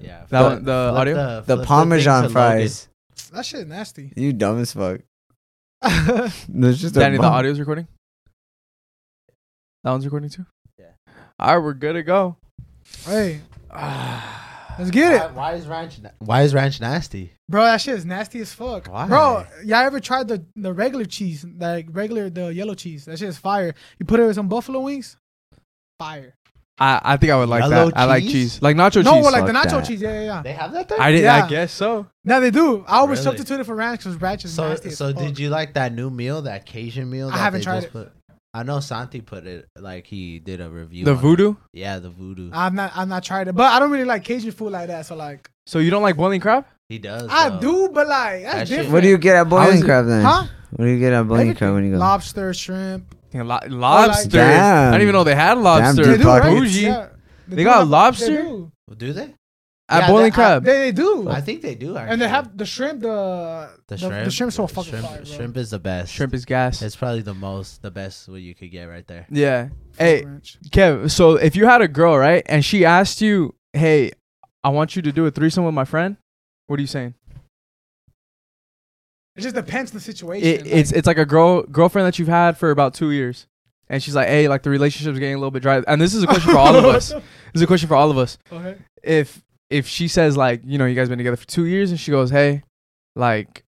Yeah. That one, the flip audio? flip The thing Parmesan to fries. That shit nasty. You dumb as fuck. I There's just a Danny, the bun- audio's recording. That one's recording too. Yeah. All right, we're good to go. Hey, Ah. Loaded. let's get Why, it. why is ranch? na- Why is ranch nasty? Bro, that shit is nasty as fuck. Why? Bro, y'all ever tried the, the regular cheese, like regular, the yellow cheese? That shit is fire. You put it with some buffalo wings, fire. I, I think I would like Yellow that. I like cheese? cheese, like nacho cheese. no, well, fuck like the nacho that. cheese. Yeah, yeah, yeah. They have that there. I did. yeah. I guess so. No, they do. I always Really? substitute it for ranch because ranch is so nasty as so fuck. did you like that new meal, that Cajun meal? I That haven't they tried just it. Put, I know Santi put it like he did a review. the on it. voodoo. Yeah, the voodoo. I've not, I've not tried it, but I don't really like Cajun food like that. So like, So you don't like boiling crab? he does. I though. do, but like that's That shit- different. What do you get How at is Boiling it- Crab then? Huh? What do you get at Boiling Crab Everything. when you go? Lobster, shrimp, Yeah, lo- lobster. I Damn. didn't even know they had lobster. They Dude, do, right? Bougie. Yeah. They do got have- lobster? They do. Do they? At Yeah, boiling that- crab. They, they do. I think they do. Actually. and they have the shrimp. The the shrimp. The shrimp's so fucking shrimp, fire, bro. shrimp is the best. Shrimp is gas. It's probably the most, the best what you could get right there. yeah. Hey, Ranch. Kev. So if you had a girl, right, and she asked you, "Hey, I want you to do a threesome with my friend," what are you saying? It just depends on the situation. It, like, it's it's like a girl girlfriend that you've had for about two years, and she's like, "Hey, like the relationship's getting a little bit dry." And this is a question for all of us. This is a question for all of us. okay. If if she says like, you know, you guys been together for two years, and she goes, "Hey, like,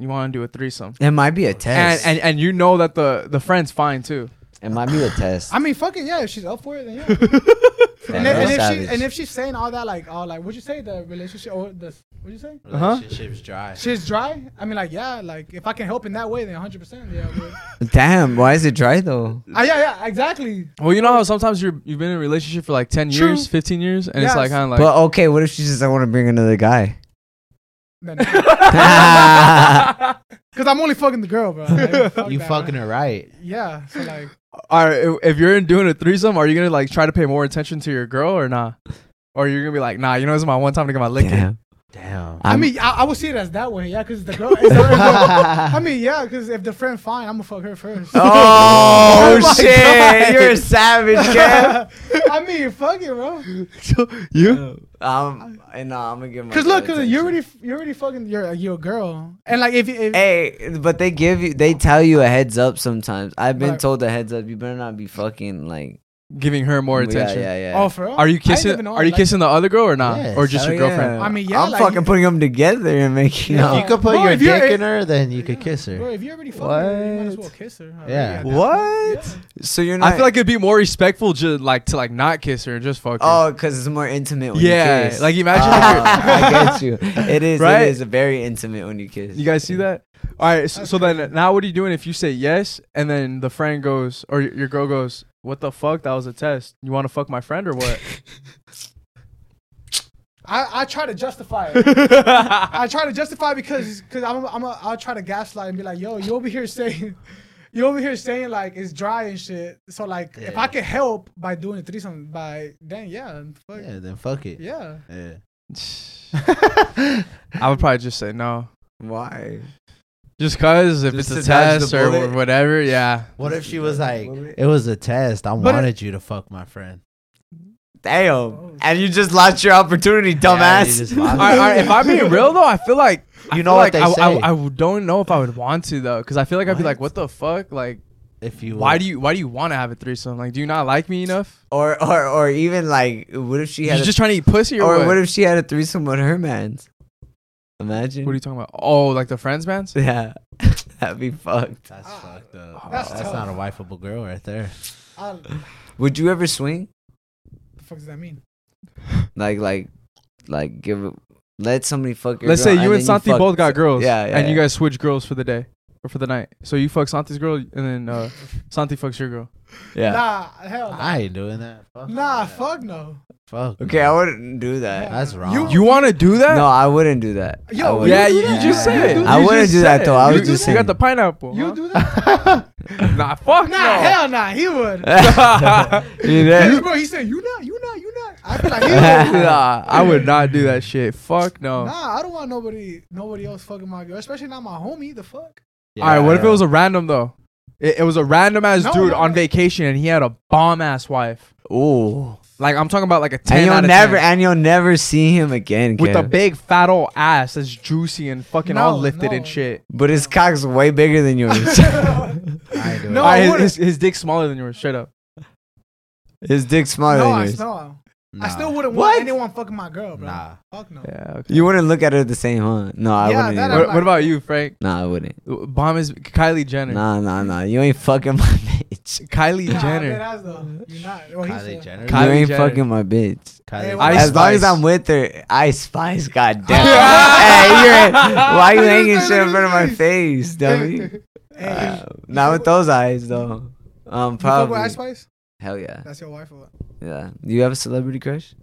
you want to do a threesome?" It might be a test. And, and and you know that the the friend's fine too. it might be a test. I mean, fucking yeah. If she's up for it, then yeah. and, if, that's and, if savage. she, and if she's saying all that, like, all like, would you say the relationship or the would you say Uh-huh. Relationships dry. she's dry? I mean, like, yeah, like if I can help in that way, then 100. percent Yeah. I would. Damn, why is it dry though? Ah, yeah, yeah, exactly. Well, you know how sometimes you're you've been in a relationship for like ten True. years, fifteen years, and Yes. it's like kind of like but okay, what if she says I want to bring another guy? Because I'm only fucking the girl, bro. Like, fuck You that, fucking man. it right. Yeah. So like, all right, if- if you're in doing a threesome, are you gonna like try to pay more attention to your girl or not? Nah? Or you're gonna be like, nah, you know, this is my one time to get my lick in. Damn. Damn. i I'm- mean, I, I would see it as that way, yeah. Because the girl. it's the- I mean, yeah. Because if the friend fine, I'm gonna fuck her first. Oh, Oh my shit! God. You're a savage, Kev. I mean, fuck it, bro. you? um, and nah, I'm gonna give. Because my look, because you attention. already, you already fucking, you're you're a girl, and like if, if Hey, but they give you, they tell you a heads up sometimes. I've been Right. told a heads up. You better not be fucking like Giving her more Yeah, attention. Yeah, yeah, oh, for real? Are you I didn't kissing? even know, Are you like- kissing the other girl or not? Yes. Or just Hell your girlfriend? I mean, yeah, I'm like- fucking putting them together and making If Yeah. up. you could put Bro, your if you're- dick in her, then you could kiss Bro, her. if you already fucking, her, you might as well kiss her. already Yeah. at that What? point. So you're not. I feel like it'd be more respectful, just like to like not kiss her, just fuck her. Oh, because it's more intimate when you yeah, kiss. like imagine. if you're- Ah, I get you. It is. Right? It is very intimate when you kiss. You guys see that? All right. So, so then now what are you doing if you say yes and then the friend goes or y- your girl goes, "What the fuck? That was a test. You want to fuck my friend or what?" I, I try to justify it. I try to justify because because I'm a, I'm a, I'll try to gaslight and be like, yo, you over here saying. You over here saying like it's dry and shit. So like, if Yeah. I can help by doing a threesome, by then yeah, fuck yeah. Yeah, then fuck it. yeah. Yeah. I would probably just say no, why? just cause if Just it's a to dodge the test or bullet. wh- whatever. Yeah. What if she was like, it was a test. I But it- wanted you to fuck my friend. Damn. And you just lost your opportunity, Yeah, you dumbass. just lost All right, all right, if I'm being real though, I feel like You I know feel what like they I, I- say. I w- don't know if I would want to though, because I feel like I'd be What? like, "What the fuck? Like, if you Why do you Why do you want to have a threesome? Like, do you not like me enough? Or or or even like, what if she You had? A, just trying to eat pussy or, or what? what? if she had a threesome with her man's? Imagine. what are you talking about? Oh, like the friends bands? yeah, that'd be fucked. That's Ah, fucked up. that's That's, tough. not a wifeable girl right there. I, what Would you ever swing? the fuck does that mean? Like like like give. a- Let somebody fuck your. Let's say girl you and and then Santi fuck- both got girls. Yeah, yeah, And you yeah. guys switch girls for the day or for the night. So you fuck Santi's girl and then uh, Santi fucks your girl. Yeah. Nah, hell no. I ain't doing that. Fuck Nah, that. fuck no. Fuck. Okay, I wouldn't do that. That's wrong. You- You want to do that? No, I wouldn't do that. I Yo, wouldn't. Yeah, You you, do you that. just said. it. I You wouldn't just do that, said though. it. I You was just You got saying. the Uh-huh. pineapple. You huh? do that? Nah, fuck no. Nah, hell nah. He would. You know? You- Bro, he said you not, you not, you not. I feel like he would. nah, I would not do that shit. Fuck no. Nah, I don't want nobody, nobody else fucking my girl, especially not my homie. The fuck. Yeah, All right, what if it bro. was a random though? It, it was a random ass No, dude no, on no. vacation and he had a bomb ass wife. Ooh. Like I'm talking about like a ten And you'll out of never 10. and you'll never see him again. with a Kev. big fat old ass that's juicy and fucking all No, lifted no. and shit. but his cock's way bigger than yours. I ain't doing No, no, All right, I his- wouldn't. his, his dick's smaller than yours. Straight up. his dick's smaller no, than I, yours. no, Oh, nah. I still wouldn't What? want anyone fucking my girl, bro. Nah. Fuck no. Yeah. Okay. You wouldn't look at her the same, huh? No, I Yeah, wouldn't. either. that I'm What, not- what about you, Frank? No, I wouldn't. Bomb is Kylie Jenner. Nah, nah, nah. You ain't fucking my bitch. Kylie Nah, Jenner. dead ass though. You're not. Well, he Kylie said- Jenner. you Kylie ain't Jenner. fucking my bitch. Kylie Hey, Jenner. I as long as spice. I'm with her, I spice. Goddamn. hey, you're, why you Look at hanging his shit in face, front of look at my his face, dummy? Hey, you Uh, not with those eyes though. Um, fuck with probably. Ice Spice? Hell yeah. That's your wife. Or what? Yeah. Do you have a celebrity crush?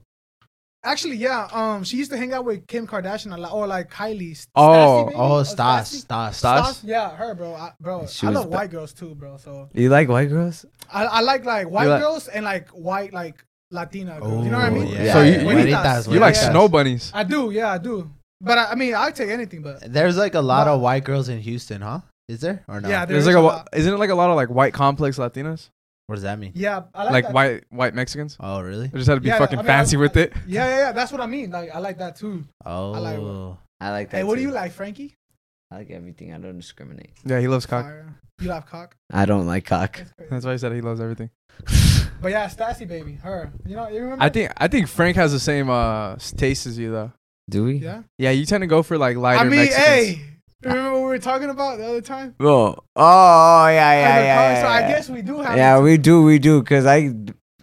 Actually, yeah. Um, she used to hang out with Kim Kardashian a lot, or like Kylie. Stassi, Oh, maybe? Oh, Or Stas, Stassi? Stas, Stas? Yeah, her, bro. I, bro, She I was love ba- white girls too, bro. So You like white girls? I, I like like white like- girls and like white like Latina girls. you know what I mean? Ooh, Yeah. So you- Güeritas. you You like Yeah. snow bunnies. I do, yeah, I do. But I, I mean, I take anything, but There's like a lot But- of white girls in Houston, huh? Is there or no? Yeah, there- There's is like a a wa- lot. isn't it like a lot of like white complex Latinas? What does that mean? yeah, I like, Like that. white white Mexicans? Oh, really? I just had to be Yeah, fucking I mean, I- fancy with it. Yeah, yeah, yeah. That's what I mean. Like I like that too. Oh, like I like that. hey, what do too. you like, Frankie? I like everything. I don't discriminate. Yeah, he loves cock. Fire. You love cock. I don't like cock. That's crazy. That's why he said he loves everything. But yeah, Stassi baby, her. You know, you remember? I think I think Frank has the same uh s- taste as you though. Do we? Yeah. Yeah, you tend to go for like lighter. I mean, Mexicans. hey, remember what we were talking about the other time? Bro. Oh, oh, yeah, Other yeah, yeah. car- yeah, so I yeah. guess we do have. Yeah, we do, we do, cause I,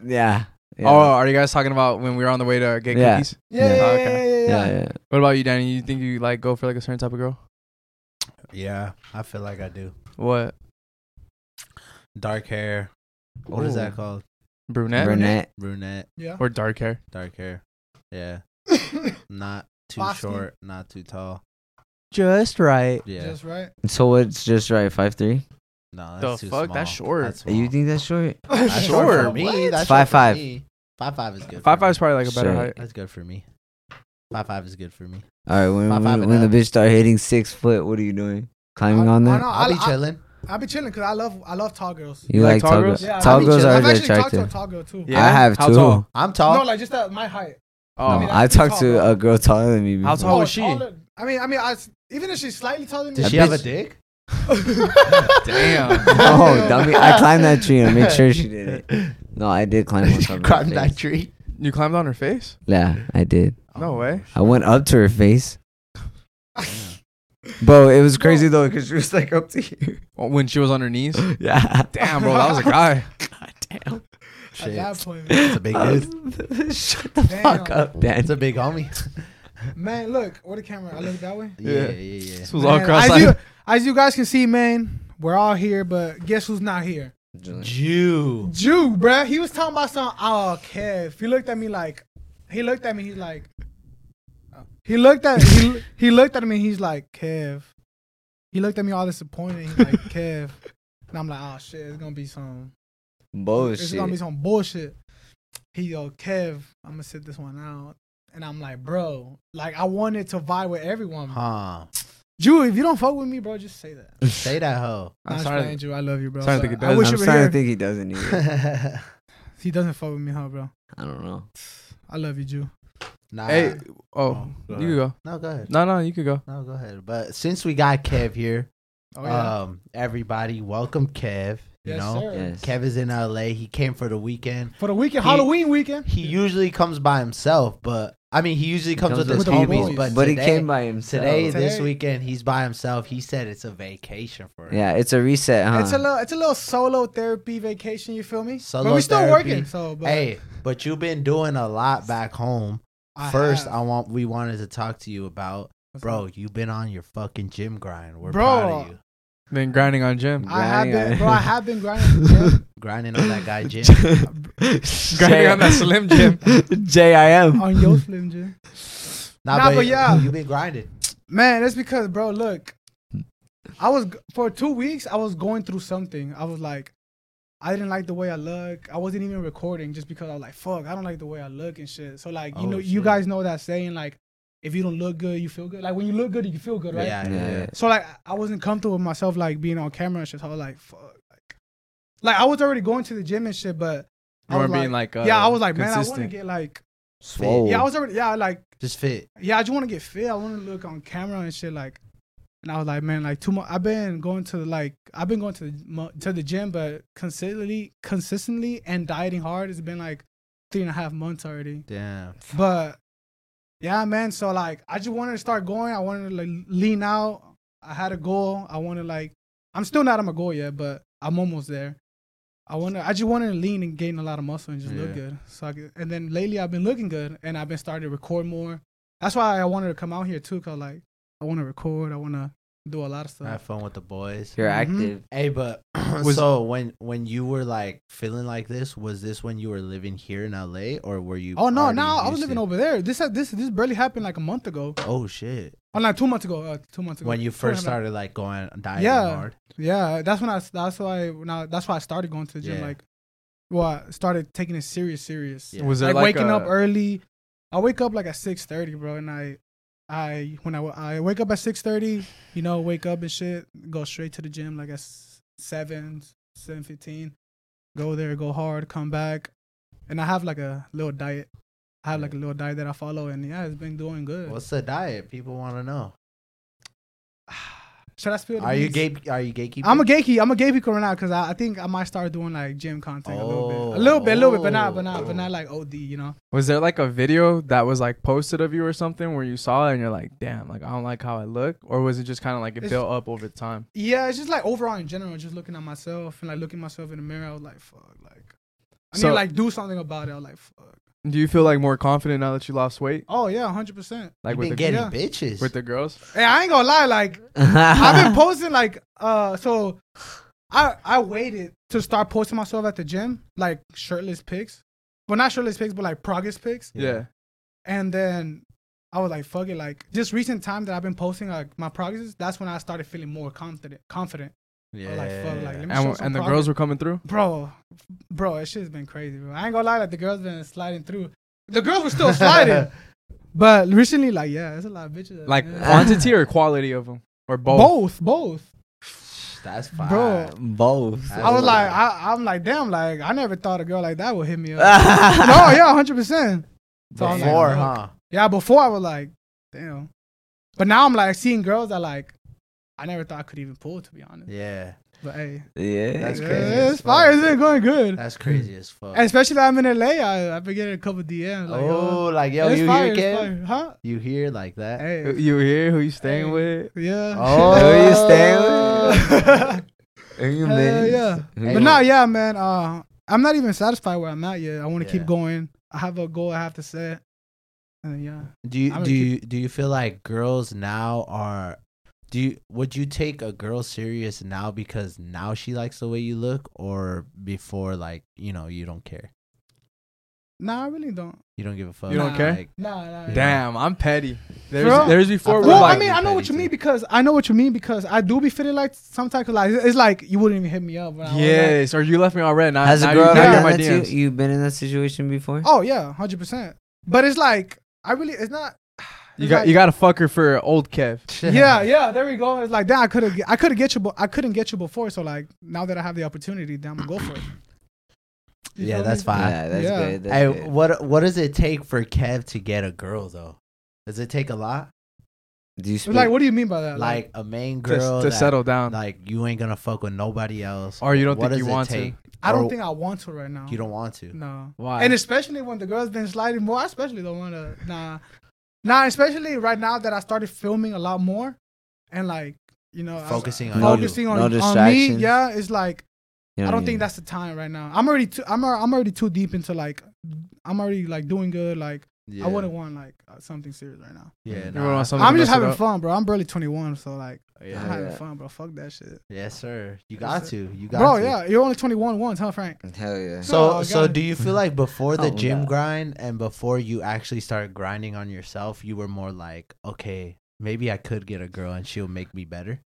yeah. yeah. Oh, are you guys talking about when we were on the way to get Yeah. cookies? yeah, yeah, Yeah. yeah, yeah, Okay. yeah, yeah. yeah, yeah. What about you, Danny? You think you like go for like a certain type of girl? yeah. I feel like I do. What Dark hair. What is that called? brunette, Brunette. Brunette. yeah. or dark hair? Dark hair. Yeah. Not too Bosky. short. Not too tall. Just right. Yeah. Just right. So what's just right? Five three. no, The that's too fuck? small. That's short. That's small. You think that's short? That's Short. short for me. What? That's Five short for five. me. Five five is good. Five for me. five is probably like a better Sure. height. That's good for me. Five five is good for me. All right. When Five, five when, and when the up. bitch start hitting six foot, what are you doing? Climbing I- on I that? know, I'll be I- chilling. I'll be chilling because I love I love tall girls. You, You like like tall tall girls? girls? Yeah, Tall I girls I've are actually talked to a attractive. tall girl too. Yeah. I have How two. tall? I'm tall. No, like just at my height. Oh, I mean, I that's too talked tall, to bro. a girl taller than me. Before. How tall Oh, was she? taller- I mean, I mean, I, even if she's slightly taller than me. Does That she have a bitch- dick? Damn. Oh, dummy! I climbed that tree and made sure she did it. No, I did climb on top You of climbed her that face. tree. you climbed on her face? Yeah, I did. No Oh, way. I went up to her face, bro. It was crazy though because she was like up to here. Oh, When she was on her knees? Yeah. Damn, bro, that was a guy. Goddamn. At Shit. that point, It's a big dude. Shut the fuck Damn. up, Dan. It's a big homie. man, look, where the camera? I look that way. Yeah, Yeah. yeah, yeah. This was all Man, cross as you, eyed. as you guys can see, man, we're all here, but guess who's not here? Jew. Jew, bruh. He was talking about some. Oh, Kev. He looked at me like, he looked at me. He's like, he looked at he, he looked at me. He's like, Kev. He looked at me all disappointed. He's like, Kev. And I'm like, oh shit, it's gonna be some. It's gonna be Bullshit. some bullshit. He go, Kev. I'm gonna sit this one out. And I'm like, bro, like I wanted to vibe with everyone. Huh. Jew, if you don't fuck with me, bro, just say that. Say that hoe. I'm Nah, it's sorry. fine, Jew. I love you, bro. Sorry But to think it I does. wish I'm you were starting here. to think he doesn't either. he doesn't fuck with me, huh, bro? I don't know. I love you, Jew. nah. Hey, oh, Oh, you go could go. No, go ahead. No, no, you could go. No, go ahead. But since we got Kev here, Oh yeah. um, everybody, welcome Kev. Uh, You Yes, know, sir. Yes. Kevin's in LA. He came for the weekend. For the weekend, He- Halloween weekend. He usually comes by himself, but I mean, he usually comes, comes with, his with the homies. homies. But, But he today- came by himself. today, this Today- weekend, he's by himself. He said it's a vacation for him. Yeah, it's a reset, huh? It's a little, it's a little solo therapy vacation. You feel me? Uh-huh. Solo but we still therapy. working. So, but hey, but you've been doing a lot back home. I First, have- I want we wanted to talk to you about, What's bro. up? You've been on your fucking gym grind. We're Bro. proud of you. Been grinding on gym. I have grinding. been, bro. I have been grinding. Jim. Grinding on that guy gym. Grinding Grinding on that Slim Jim. J I Oh, M. on your slim, Jim. Nah, Nah, but yeah. you've been grinding. Man, that's because, bro. Look, Hmm. I was g- for two weeks. I was going through something. I was like, I didn't like the way I look. I wasn't even recording just because I was like, fuck, I don't like the way I look and shit. So like, you Oh, know, you shit. guys know that saying like, if you don't look good, you feel good. Like when you look good, you feel good, right? Yeah, yeah. Yeah. So like, I wasn't comfortable with myself like being on camera and shit. So I was like, fuck, like, like I was already going to the gym and shit, but I You were was being like, uh, yeah, I was like, man, I want consistent. to get like, Swole. yeah, I was already, yeah, like Just fit. yeah, I just want to get fit. I want to look on camera and shit. Like, and I was like, man, like two months. I've been going to like I've been going to the mo- to the gym, but consistently, consistently, and dieting hard. It's been like three and a half months already. Damn. But yeah, man. So like, I just wanted to start going. I wanted to like lean out. I had a goal. I want to like. I'm still not on my goal yet, but I'm almost there. I want to. I just wanted to lean and gain a lot of muscle and just Yeah. look good. So I could, and then lately I've been looking good, and I've been starting to record more. That's why I wanted to come out here too, cause like I want to record. I want to do a lot of Have stuff. fun with the boys. You're Mhm. active. Hey, but Was- so when when you were like feeling like this, was this when you were living here in LA or were you? Oh no, already no, I used was to- living over there. This this this barely happened like a month ago. Oh shit! Oh, like two months ago. Uh, two months ago. When you Two and a first half- started like going dieting Yeah. hard. Yeah, that's when I. That's why now. That's why I started going to the gym. Yeah. Like, well, I started taking it serious, serious. Yeah. Was there Like, like, waking up a- early. I wake up like at six thirty, bro, and I, I when I, wa- I wake up at six thirty, you know, wake up and shit, go straight to the gym like at s- seven, seven fifteen, go there, go hard, come back, and I have like a little diet. I have like a little diet that I follow, and yeah, it's been doing good. What's the diet? People want to know. Should I spill? the Are you beans? gate? Are you gatekeeping? I'm a gatekeeper. I'm a gatekeeper right now because I, I think I might start doing like gym content a little Oh. bit, a little bit, a little bit, but not, but not, Oh. but not like OD, you know. Was there like a video that was like posted of you or something where you saw it and you're like, damn, like I don't like how I look? Or was it just kind of like it It's- built up over time? Yeah, it's just like overall in general, just looking at myself and like looking myself in the mirror. I was like, fuck, like I need So- to like do something about it. I was like, fuck. Do you feel like more confident now that you lost weight? Oh yeah, hundred percent. Like You've with been the, getting yeah. bitches. with the girls? Hey, I ain't gonna lie, like I've been I've posting like uh, so I I waited to start posting myself at the gym, like shirtless pics, well not shirtless pics, but like progress pics. Yeah. Yeah. And then I was like, fuck it. Like just recent time that I've been posting like my progress, that's when I started feeling more confident confident. yeah. I was Oh, like, fuck, like, let me show And, some and the progress. girls were coming through? Bro, bro, that shit's been crazy, bro. I ain't gonna lie, like the girls been sliding through. The girls were still sliding. but recently, like, yeah, there's a lot of bitches. Like yeah. quantity or quality of them? Or both? both, both. That's fine, Bro. both. I was like, I, I'm like, damn, like, I never thought a girl like that would hit me up. no, yeah, 100%. So I was like, Before, fuck. huh? Yeah, before I was like, damn. But now I'm like seeing girls that like I never thought I could even pull to be honest. Yeah, But hey, yeah. That's yeah, crazy it's as fuck. fire. It's been going good. that's crazy as fuck. And especially I'm in LA. I I've been getting a couple DMs. Like, oh, oh, like yo, it's you fire, here, it's Kev? fire. Huh? You here like that? Oh. Who Hey, You here? Who you staying Hey. with? yeah. Who you staying with? Are you Hell mixed? yeah. Oh. Who Hey, you- But no, yeah, man. Uh, I'm not even satisfied where I'm at yet. I want to Yeah. keep going. I have a goal I have to set. And yeah, do you I'm gonna do you do you feel like girls now are? Do you would you take a girl serious now because now she likes the way you look, or before like you know you don't care, nah, I really don't. you don't give a fuck. You don't Nah. care? Like, Nah, nah. nah. Damn, I'm petty. There's Bro. there's before I we're feel Well, like I mean, I know what you Petty mean too. because I know what you mean because I do be feeling like sometimes 'cause, like it's like you wouldn't even hit me up. When I was, like, yes, or you left me on red. Now, Has now a girl you, ever now yeah, you're in done my that to you? DMs. You've been in that situation before? oh yeah, hundred percent. But it's like I really, it's not. You it's got like- you got to fuck her for old Kev. yeah, yeah. There we go. It's like damn, I could have, I could have get you, but I couldn't get you before. So like now that I have the opportunity, then I'm gonna go for it. You yeah, feel that's me? fine. Yeah, that's Yeah. good. That's Hey, good. what what does it take for Kev to get a girl though? Does it take a lot? Do you It's speak? like, what do you mean by that? Like a main to, girl to that, settle down. Like you ain't gonna fuck with nobody else. Or you don't What think you does it want to. take? I don't or think I want to right now. you don't want to. No. Why? And especially when the girls been sliding more, I especially don't want to. Nah. Nah, especially right now that I started filming a lot more and like, you know, I- Focusing on No- focusing no on, on me. distractions. Yeah, it's like, You I know don't what think mean? that's the time right now. I'm already too, I'm, al- I'm already too deep into like, I'm already like doing good. Like, Yeah. I wouldn't want like uh, something serious right now. Yeah, You nah. wouldn't want something I'm to just mess it having up. fun, bro. I'm barely 21, so like, Yeah. I'm having Yeah. fun, bro. Fuck that shit. Yes, sir. You Yes, got sir. to. You got Bro, to. yeah, you're only 21 once, huh, Frank? Hell yeah. So, No, I so got it. do you feel like before the Oh, gym yeah. grind and before you actually started grinding on yourself, you were more like, okay, maybe I could get a girl and she'll make me better.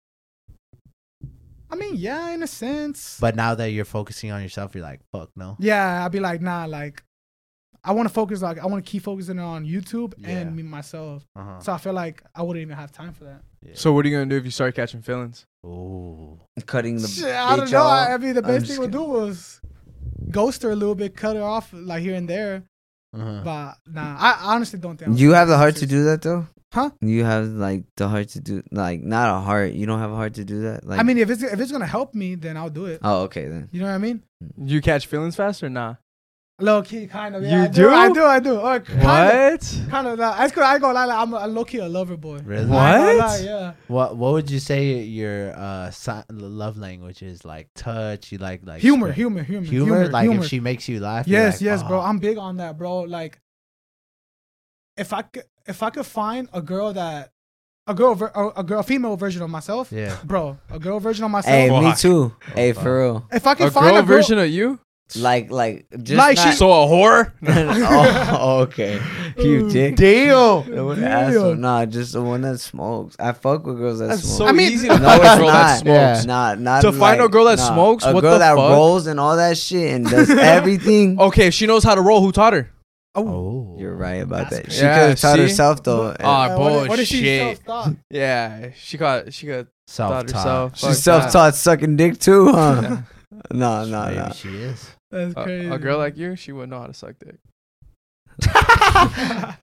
I mean, yeah, in a sense. But now that you're focusing on yourself, you're like, fuck no. yeah, I'd be like, nah, like, I want to focus, like, I want to keep focusing on YouTube Yeah. and me myself. Uh-huh. So I feel like I wouldn't even have time for that. Yeah. So what are you gonna do if you start catching feelings? Ooh. Cutting the. Shit, I don't bitch know. off. I, I mean, the I'm best just thing we'll do was ghost her a little bit, cut her off, like, here and there. Uh-huh. But nah, I honestly don't think. I would You do have the that heart to shit. do that though. Huh? You have like the heart to do like not a heart. You don't have a heart to do that. Like I mean, if it's if it's gonna help me, then I'll do it. Oh, okay then. You know what I mean? You catch feelings fast or nah? Low key, kind of. Yeah, You I do? I do? do. I do. Or kind of. What? Kind of. Nah, I ain't gonna I ain't gonna lie. Like, I'm a low key a lover boy. Really? What? I ain't gonna lie, yeah. What What would you say your uh si- love language is? Like touch. You like like humor, humor, humor, humor, humor. humor, humor. like if she makes you laugh. you're yes, like, yes, bro. "Oh." I'm big on that, bro. Like, if I could, if I could find a girl that, a girl, ver- a, a girl, a female version of myself, Yeah. bro, a girl version of myself. Hey, me Oh, Fuck. too. hey, fuck. for real. if I could A find girl a girl, version of you? Like, like, just Like, not- So a whore? oh, okay. You dick. Damn. I wouldn't ask them. Nah, just the one that smokes. I fuck with girls that That's so smoke. I mean, easy to no, find it's a girl that not. Yeah. smokes. Nah, not To find a like- girl that nah. smokes? A What girl the that fuck? Oh. rolls and all that shit and does everything. Okay, if she knows how to roll, who taught her? Oh. You're right about That's that. She Yeah, could have taught see? herself though. and- Ah, Uh, what, what is she bullshit. self-taught? Yeah, she got she got Self taught herself. taught. Fuck She's self-taught sucking dick too, huh? no, no, Maybe no. she is. That's crazy. a, a girl like you, she wouldn't know how to suck dick.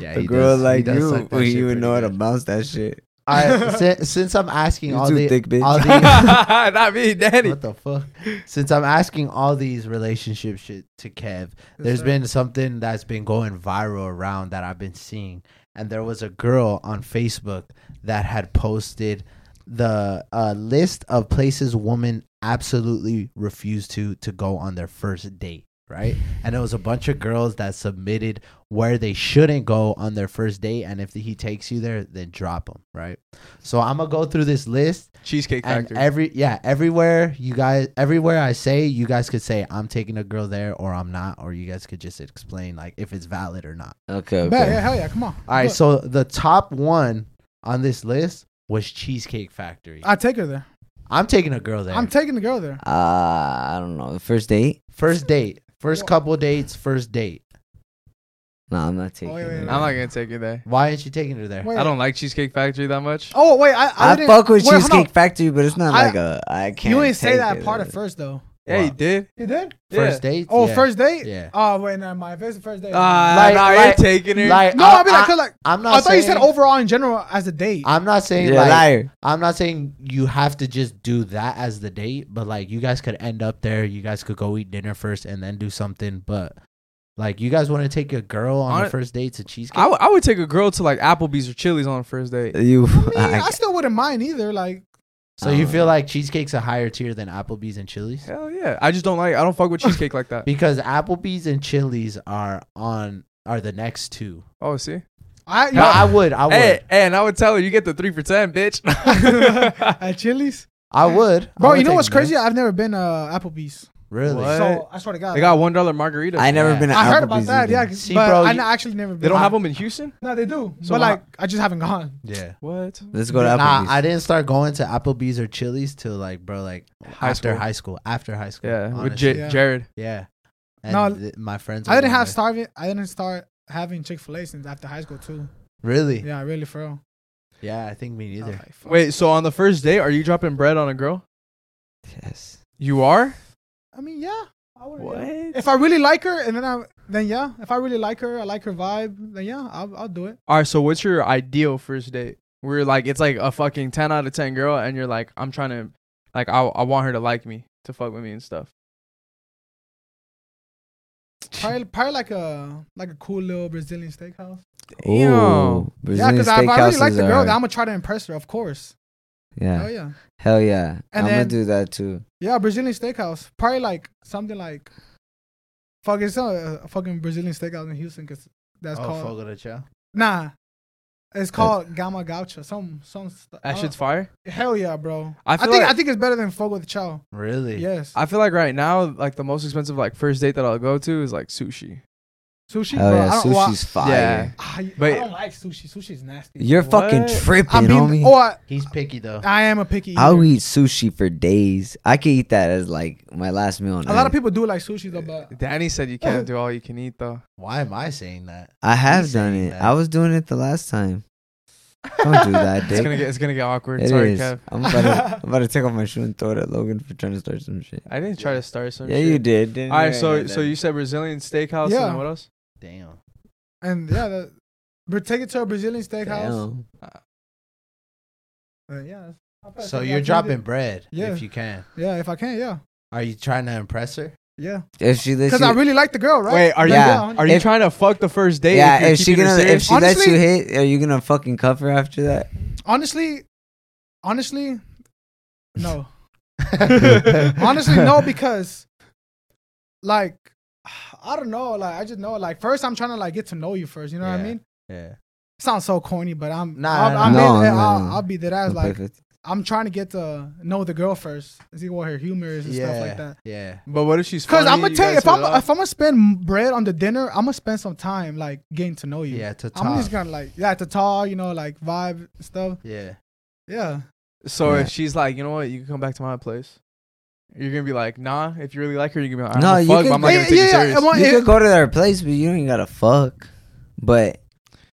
Yeah, A he girl does- he like does suck you, that well, shit you would pretty know how to good. bounce that shit. I, since, since I'm asking You all too the thick, bitch. all the Not me, Danny. what the fuck? Since I'm asking all these relationship shit to Kev, there's sir. been something that's been going viral around that I've been seeing, and there was a girl on Facebook that had posted the uh, list of places women absolutely refuse to to go on their first date. Right, and it was a bunch of girls that submitted where they shouldn't go on their first date, and if he takes you there, then drop him. Right, so I'm gonna go through this list, Cheesecake and Factory. every yeah everywhere you guys everywhere i say you guys could say i'm taking a girl there or i'm not or you guys could just explain like if it's valid or not Okay, Bet, yeah, hell yeah, come on. all right Look, so the top one on this list was cheesecake factory I take her there. i'm taking a girl there I'm taking the girl there. Uh, I don't know. The first date? first date first couple dates first date No, I'm not taking wait, wait, it. wait. I'm not gonna take you there. why aren't you taking her there Wait, I don't like Cheesecake Factory that much. Oh wait, I I, I didn't- fuck with wait, hold on. Cheesecake Factory, but it's not I- like a. I can't. You ain't say take that it. part at first though. Yeah, you Wow. did. You did? first date Oh, first date? Yeah. Oh wait, no, my first first date. Ah, Like- nah, like- you're taking her. like no, I, mean like, 'cause, like i'm not I thought you said oh, saying- overall in general as a date. i'm not saying You're a like liar. I'm not saying you have to just do that as the date, but like you guys could end up there. You guys could go eat dinner first and then do something. But like you guys want to take a girl on the Hon- first date to cheesecake? I would- I would take a girl to like Applebee's or Chili's on a first date. You. I mean, I, I- still wouldn't mind either. Like, so you Uh. feel like cheesecake's a higher tier than Applebee's and Chili's? Hell yeah. I just don't like. I don't fuck with cheesecake like that. Because Applebee's and Chili's are on are the next two. Oh, see. I you No, know, I would, I would, Hey, hey, and I would tell her you get the three for ten, bitch. at Chili's, I would. I bro. would You know take what's them there. crazy? I've never been uh Applebee's. Really? What? So I swear to God, they got one dollar margarita. I never Yeah. been. At I heard Applebee's about that. either. Yeah, See, but bro, I you- n- actually never been. They don't I- have them in Houston. No, they do. So but why- like, I just haven't gone. Yeah. What? Let's go to Nah, Applebee's. I didn't start going to Applebee's or Chili's till like, bro, like High after school. high school. After high school. Yeah, with honestly. J- Yeah. Jared. Yeah. And No, th- my friends. I were didn't going have there. starving. I didn't start having Chick Fil A since after high school too. Really? Yeah. Yeah, really, for real. I think me I was neither. like, fuck. Wait, so on the first date, are you dropping bread on a girl? Yes. You are. I mean, yeah. I would, What? If I really like her, and then I then yeah, if I really like her, I like her vibe, then yeah, I'll, I'll do it. All right, so what's your ideal first date? Where like it's like a fucking ten out of ten girl, and you're like, I'm trying to, like, I I want her to like me, to fuck with me and stuff. Probably, probably like a like a cool little Brazilian steakhouse. Ooh, yeah, Brazilian because if I really like steakhouses the girl, are- then I'm gonna try to impress her, of course. yeah, Oh yeah, hell yeah. I'm And gonna then- do that too. yeah, Brazilian steakhouse. Probably like something like, fuck, it's not a, a fucking Brazilian steakhouse in Houston because that's oh, called Fogo de Chao. nah. It's called Gama Gaucha. Some some. St- I That don't- shit's fire. Hell yeah, bro. I I, feel think like- I think it's better than Fogo with Chow. Really? Yes. I feel like right now, like the most expensive like first date that I'll go to is like sushi. Sushi, Hell bro. yeah, I don't, well, I- sushi's fire. Yeah. I, I But- don't like sushi. Sushi's nasty. You're fucking What? tripping, I'm being. homie. Oh, I, He's picky though. I am a picky. Eater. I'll eat sushi for days. I could eat that as like my last meal. A lot of people do like sushi though, but Danny said you can't do all you can eat though. Why am I saying that? I have He's done saying it. that. I was doing it the last time. Don't do that, It's dick. gonna get it's gonna get awkward. It Sorry, is. Kev. I'm about, to, I'm about to take off my shoe and throw it at Logan for trying to start some shit. I didn't try to start some. yeah, shit. you did. Didn't All right, you? so so you said Brazilian steakhouse and Yeah. then what else? Damn. and yeah, the, but take it to a Brazilian steakhouse. Damn. Uh, yeah. that's- So I you're think dropping it- bread Yeah. if you can. Yeah, if I can, yeah, Are you trying to impress her? yeah. If she lets Because you, I really like the girl, right? Wait, are you Like, Yeah. yeah, are you If- trying to fuck the first date? yeah, you're if she keeping her gonna, serious? if she lets you Honestly- hit, are you gonna fucking cuff her after that? honestly, honestly, no. Honestly, no, because like I don't know, like I just know, like first I'm trying to like get to know you first. You know what Yeah. I mean? Yeah. Sounds so corny, but I'm Nah, I'm, nah, I'm nah. No, in- no, I'll, no. I'll be that ass. Okay, Like fifty. I'm trying to get to know the girl first, and see what her humor is and yeah. stuff like that. Yeah. But what if she's? Cause funny, I'm gonna tell you, guys if I'm hit it off? if I'm gonna spend bread on the dinner, I'm gonna spend some time like getting to know you. Yeah. To I'm just talk. gonna like yeah, to talk, you know, like vibe and stuff. Yeah. Yeah, So Yeah. if she's like, you know what, you can come back to my place. You're gonna be like, nah. If you really like her, you're gonna be like, No, no, you you fuck, can- but I'm not gonna Yeah, take you yeah, serious. I want- you if- could go to their place, but you don't even gotta fuck. But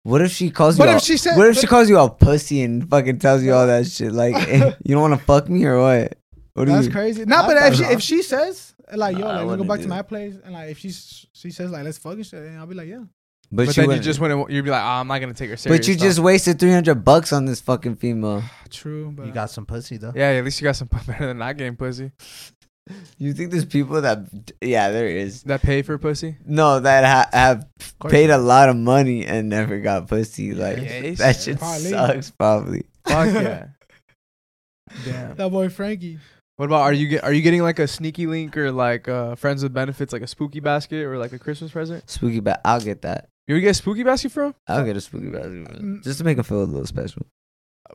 what if she calls you? What a- if she said- What if she calls you a pussy and fucking tells you all that shit? Like, "Eh, you don't want to fuck me or what? What do that's you? crazy. Nah, I but if thought- she if she says like yo, Nah, I like let's go wouldn't back do to that. my place, and like if she she says like let's fuck and shit, and I'll be like yeah. But, But, she then wouldn't- you just wouldn't. You'd be like, ah, I'm not gonna take her serious. But you though. just wasted three hundred bucks on this fucking female. True, but You got some pussy though. Yeah, at least you got some better than not getting pussy. You think there's people that? Yeah, there is. That pay for pussy. No, that ha- have course. paid a lot of money and never got pussy. Like Yes. that shit Probably. sucks. Probably. Fuck yeah. Damn. that boy Frankie. What about are you get are you getting like a sneaky link or like uh friends with benefits like a spooky basket or like a Christmas present? Spooky bat. I'll get that. You would get a spooky basket from? I'll get a spooky bat Mm. just to make them feel a little special.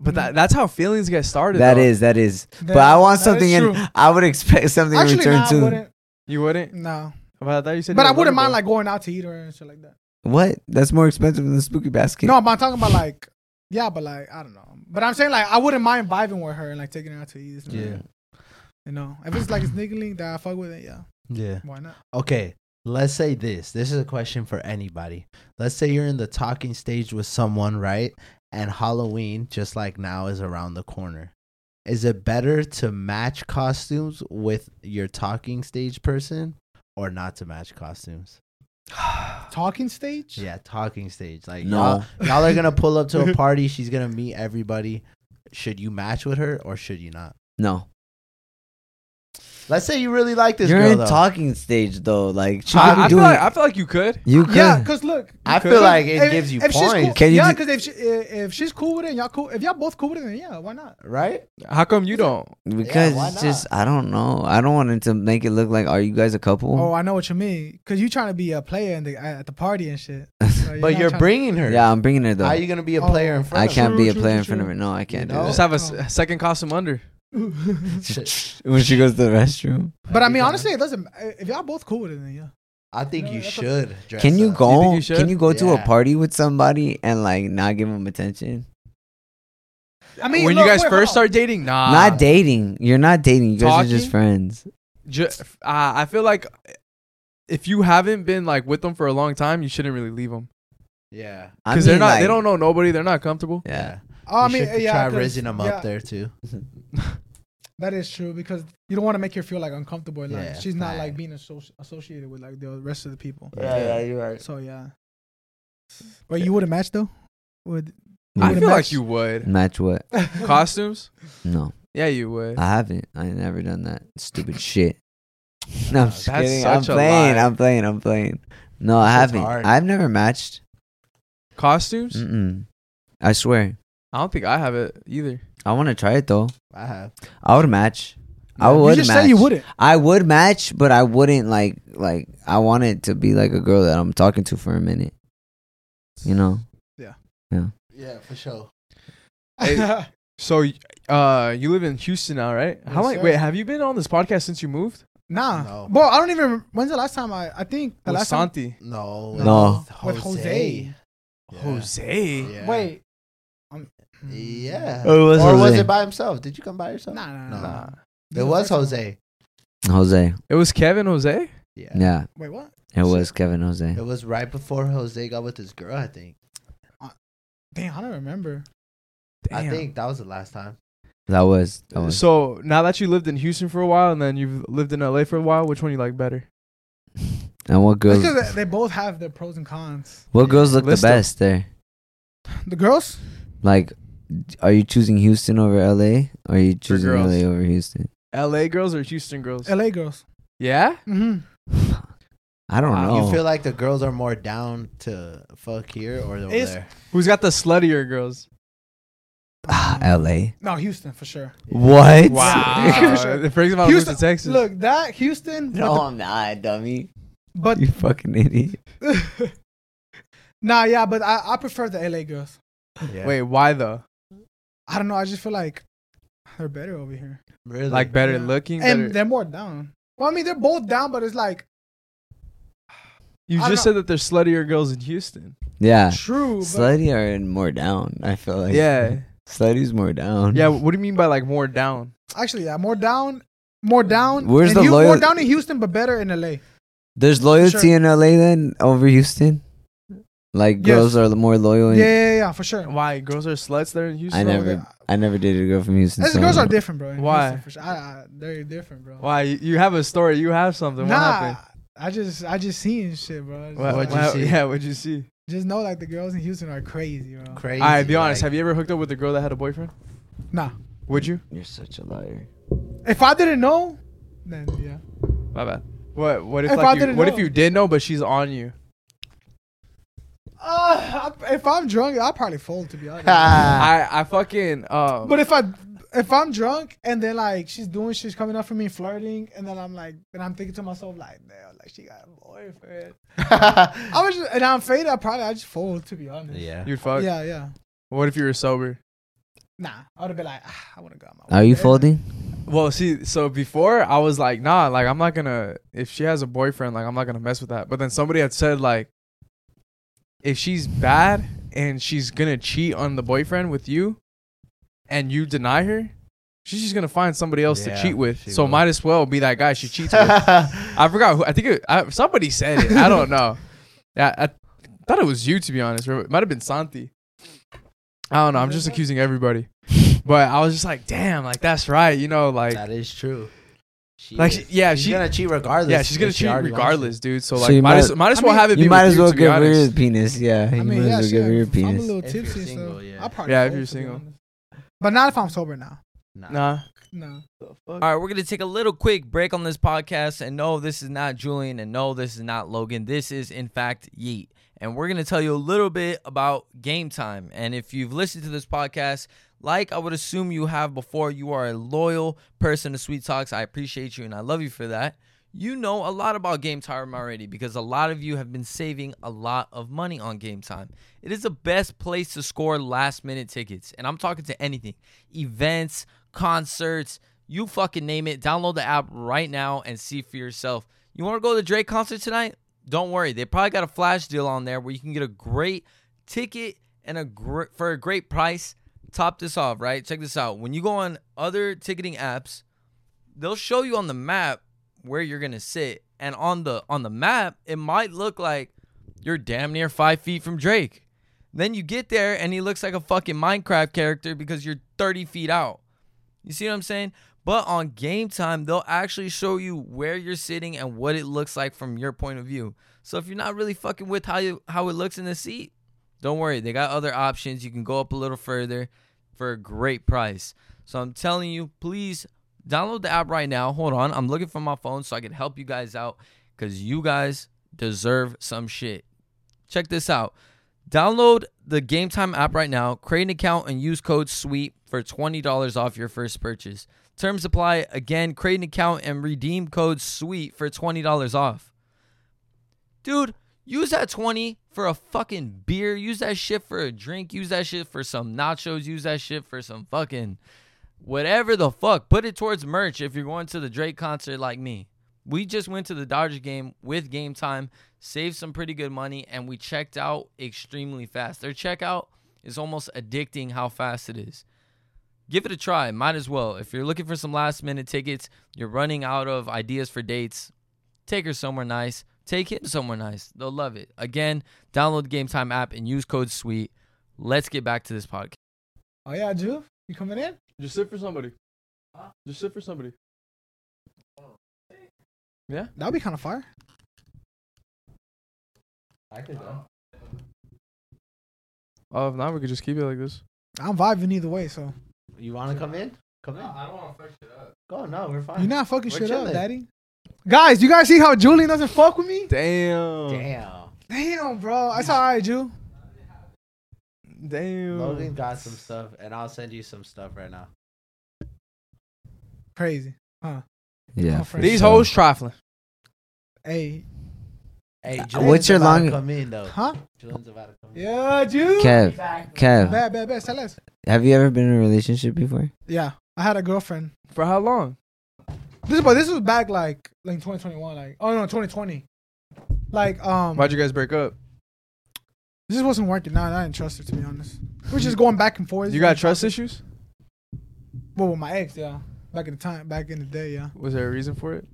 But that that's how feelings get started. That though. is, that is. But That- I want that is something in. true. I would expect something in Actually, return nah, I too. wouldn't. you wouldn't. No, But I thought you said. but you I were wouldn't lovable. mind like going out to eat or and shit like that. What? That's more expensive than the spooky basket. No, but I'm talking about like yeah, but like I don't know. But I'm saying like I wouldn't mind vibing with her and like taking her out to eat. and, Yeah. you know, if it's like a sneaky link that I fuck with it, yeah, Yeah. why not? Okay. Let's say this. This is a question for anybody. Let's say you're in the talking stage with someone, right? And Halloween, just like now, is around the corner. Is it better to match costumes with your talking stage person or not to match costumes? Talking stage. Yeah, talking stage. Like No. y'all, y'all are gonna pull up to a party. She's gonna meet everybody. Should you match with her or should you not? No. Let's say you really like this You're girl. in though. talking stage though. Like she I- could be I, I feel doing. like I feel like you could. you could. Yeah, cause look, I because- feel like it if- gives you if she's points. Cool, Can you yeah, do- because if she, i- if she's cool with it, and y'all cool. If y'all both cool with it, then yeah, why not? right? How come you don't? because why it's just I don't know. I don't want it to make it look like are you guys a couple? Oh, I know what you mean. Cause you trying to be a player in the, at the party and shit. So But not you're tryna- bringing her. yeah, I'm bringing her though. How are you gonna be a player in front I of can't True, be a true, player in true, front of true. her. No, I can't know? do Just that. have a s- Oh. a second costume under. her? When she goes to the restroom, But I mean, honestly, it doesn't. If y'all both cool with it, then yeah. I think No, you that's a- should. dress can you up. You think go? you should? can you go to a Yeah. party with somebody and like not give them attention? I mean, when look, you guys wait, first hold start dating, nah. not dating. You're not dating. You guys are just Uh, Talking? friends. Ju- uh, I feel like if you haven't been like with them for a long time, you shouldn't really leave them Yeah. I because they're mean, not. like- they don't know nobody. They're not comfortable. Yeah. on. Oh, I You mean, should yeah. try 'cause- raising them yeah. up there too. That is true because you don't want to make her feel like uncomfortable. and, Like Yeah, she's not like fact. being associ- associated with like the rest of the people. Yeah, yeah, you're right. So yeah. But you would have matched though. Would I would've feel like matched- you would. Match what? Costumes? No, Yeah, you would. I haven't. I ain't never done that stupid shit. No, I'm just That's kidding. I'm such a playing. lie. I'm playing. I'm playing. No, I That shit's haven't. hard. I've never matched. Costumes? Mm-mm. I swear. I don't think I have it either. I want to try it though. I have. I would match. I you would just match. say you wouldn't. I would match, but I wouldn't like like I want it to be like a girl that I'm talking to for a minute. You know? Yeah, for sure. Hey. So, uh, you live in Houston now, right? How Yes, long? sir. Wait, have you been on this podcast since you moved? nah, No. bro. I don't even. When's the last time I? I think the With last time. Santi. No. No. it's With Jose. Yeah. Jose. Yeah. Wait. Um, Yeah. Or was or was Oh, Jose? it by himself? Did you come by yourself? Nah, nah, No. nah. nah. Nah. This It is the was first time. Jose. Jose. It was Kevin Jose? Yeah. Yeah. Wait, what? It was Kevin Jose. It was right before Jose got with his girl, I think. Damn, I don't remember. I think that was the last time. That was that was So now that you lived in Houston for a while and then you've lived in LA for a while, which one you like better? And what It's girls 'cause they both have their pros and cons. what girls look the List 'em. best there? The girls, Like are you choosing Houston over LA? Or are you choosing girls. LA over Houston? LA girls or Houston girls? LA girls. yeah? Mm-hmm. I don't Wow. know. You feel like the girls are more down to fuck here or over It's- there? Who's got the sluttier girls? Ah, LA. No, Houston for sure. What? Wow. it brings about Oh, Houston- Houston, Texas. Look, that Houston. no, I'm not, dummy. But You fucking idiot. nah, yeah, but I, I prefer the LA girls. Yeah. Wait, why though? I don't know. I just feel like they're better over here, really? Like better Yeah. looking? and Better. they're more down. Well, I mean, they're both down, but it's like you I don't just know. said that there's sluttier girls in Houston. Yeah. true. But Slutty are in more down, I feel like. Yeah. Slutty's more down. Yeah. What do you mean by like more down? actually, yeah, more down, more down. Where's in the Hu- more loyal- down in Houston, but better in LA. There's loyalty Sure. in LA then over Houston. Like Yes. girls are more loyal. Yeah, In, yeah, yeah, for sure. Why? Girls are sluts there in Houston? I never, yeah. I never dated a girl from Houston. These so girls I are don't know. different, bro. in Why? Houston, for sure. I, I, they're different, bro. Why? You you have a story. You have something. What Nah, happened? I just I just seen shit, bro. Just, What, what'd you what- see? Yeah, what'd you see? just know like the girls in Houston are crazy, bro. crazy. All right, be honest. like- have you ever hooked up with a girl that had a boyfriend? nah, Would you? You're such a liar. if I didn't know, then yeah. My bad. What? What if, If I like you, didn't What know. if you did know, but she's on you? Uh, I- if I'm drunk, I'll probably fold to be honest. Ah. I I fucking um. but if I if I'm drunk and then like she's doing she's coming up for me flirting and then I'm like and I'm thinking to myself like damn like she got a boyfriend. I was just, and I'm faded. I probably I just fold to be honest. yeah. you'd fuck. yeah, yeah. What if you were sober? Nah, I would have been like ah, I wanna go. out my Are way." you folding? Well, see, so before I was like, nah, like I'm not gonna. If she has a boyfriend, like I'm not gonna mess with that. But then somebody had said like, if she's bad and she's gonna cheat on the boyfriend with you, and you deny her, she's just gonna find somebody else Yeah, to cheat with. she So will. might as well be that guy she cheats with. I forgot who. I think it, I, somebody said it. I don't know. Yeah, I thought it was you to be honest. Or It might have been Santi. I don't know. I'm just accusing everybody. But I was just like, damn, like that's right. You know, like that is true. She Like, she- yeah, she's she- gonna cheat regardless. yeah, she's gonna if she cheat already wants regardless, dude. So So like, you might, might- as, might as I well mean, have it. You be might with as well to be give her your honest. penis. Yeah, you I mean, might yeah, as well shit, give her your if I'm a penis. little If you're tipsy, single, so yeah. I probably Yeah, if fold, you're to be single. honest. But not if I'm sober now. you. Nah. Nah. No. All right, we're going to take a little quick break on this podcast. And no, this is not Julian. And no, this is not Logan. This is, in fact, Yeet. And we're going to tell you a little bit about game time. And if you've listened to this podcast, like I would assume you have before, you are a loyal person to Sweet Talks. I appreciate you and I love you for that. You know a lot about game time already because a lot of you have been saving a lot of money on game time. It is the best place to score last minute tickets. And I'm talking to anything events, concerts, you fucking name it. Download the app right now and see for yourself. You want to go to the Drake concert tonight? Don't worry. They probably got a flash deal on there where you can get a great ticket and a gr- for a great price. Top this off, right? Check this out. When you go on other ticketing apps, they'll show you on the map where you're gonna sit, and on the on the map, it might look like you're damn near five feet from Drake. Then you get there, and he looks like a fucking Minecraft character because you're 30 feet out. You see what I'm saying? But on game time, they'll actually show you where you're sitting and what it looks like from your point of view. So if you're not really fucking with how you how it looks in the seat, don't worry. They got other options. You can go up a little further for a great price. So I'm telling you, please download the app right now. Hold on. I'm looking for my phone so I can help you guys out because you guys deserve some shit. Check this out. Download the Game Time app right now, create an account, and use code SWEEP for $20 off your first purchase. Terms apply. Again, create an account and redeem code SWEET for $20 off. Dude, use that 20 for a fucking beer. Use that shit for a drink. Use that shit for some nachos. Use that shit for some fucking whatever the fuck. Put it towards merch if you're going to the Drake concert like me. We just went to the Dodgers game with game time, saved some pretty good money, and we checked out extremely fast. Their checkout is almost addicting how fast it is. Give it a try. Might as well. If you're looking for some last minute tickets, you're running out of ideas for dates, take her somewhere nice. Take him somewhere nice. They'll love it. Again, download the Game Time app and use code SWEET. Let's get back to this podcast. Oh yeah, Juve, you coming in? Just sit for somebody. Just sit for somebody. Yeah. That'd be kind of fire. I could though. Oh, if not, we could just keep it like this. I'm vibing either way, so You want to come in? Come in. I don't want to fuck shit up. Go. No, we're fine. you're not fucking We're shit chilling. up, daddy. Guys, you guys see how Julian doesn't fuck with me? Damn. Damn. Damn, bro, that's all right, Ju. Damn. Logan got some stuff, and I'll send you some stuff right now. Crazy. Yeah. Oh, for These sure. hoes trifling. Hey, Hey, what's your about to long- Come in though. huh? Julian's about to come in. Yeah, Ju. Kev, Kev, Bad, bad, bad. Tell us. have you ever been in a relationship before? Yeah, I had a girlfriend. For how long? This, but this was back like like 2021, like oh no, 2020. Like um, Why'd you guys break up? this just wasn't working. Nah, I didn't trust her to be honest. We're just going back and forth. You got trust issues? Well, with my ex, yeah. Back in the time, back in the day, yeah. Was there a reason for it?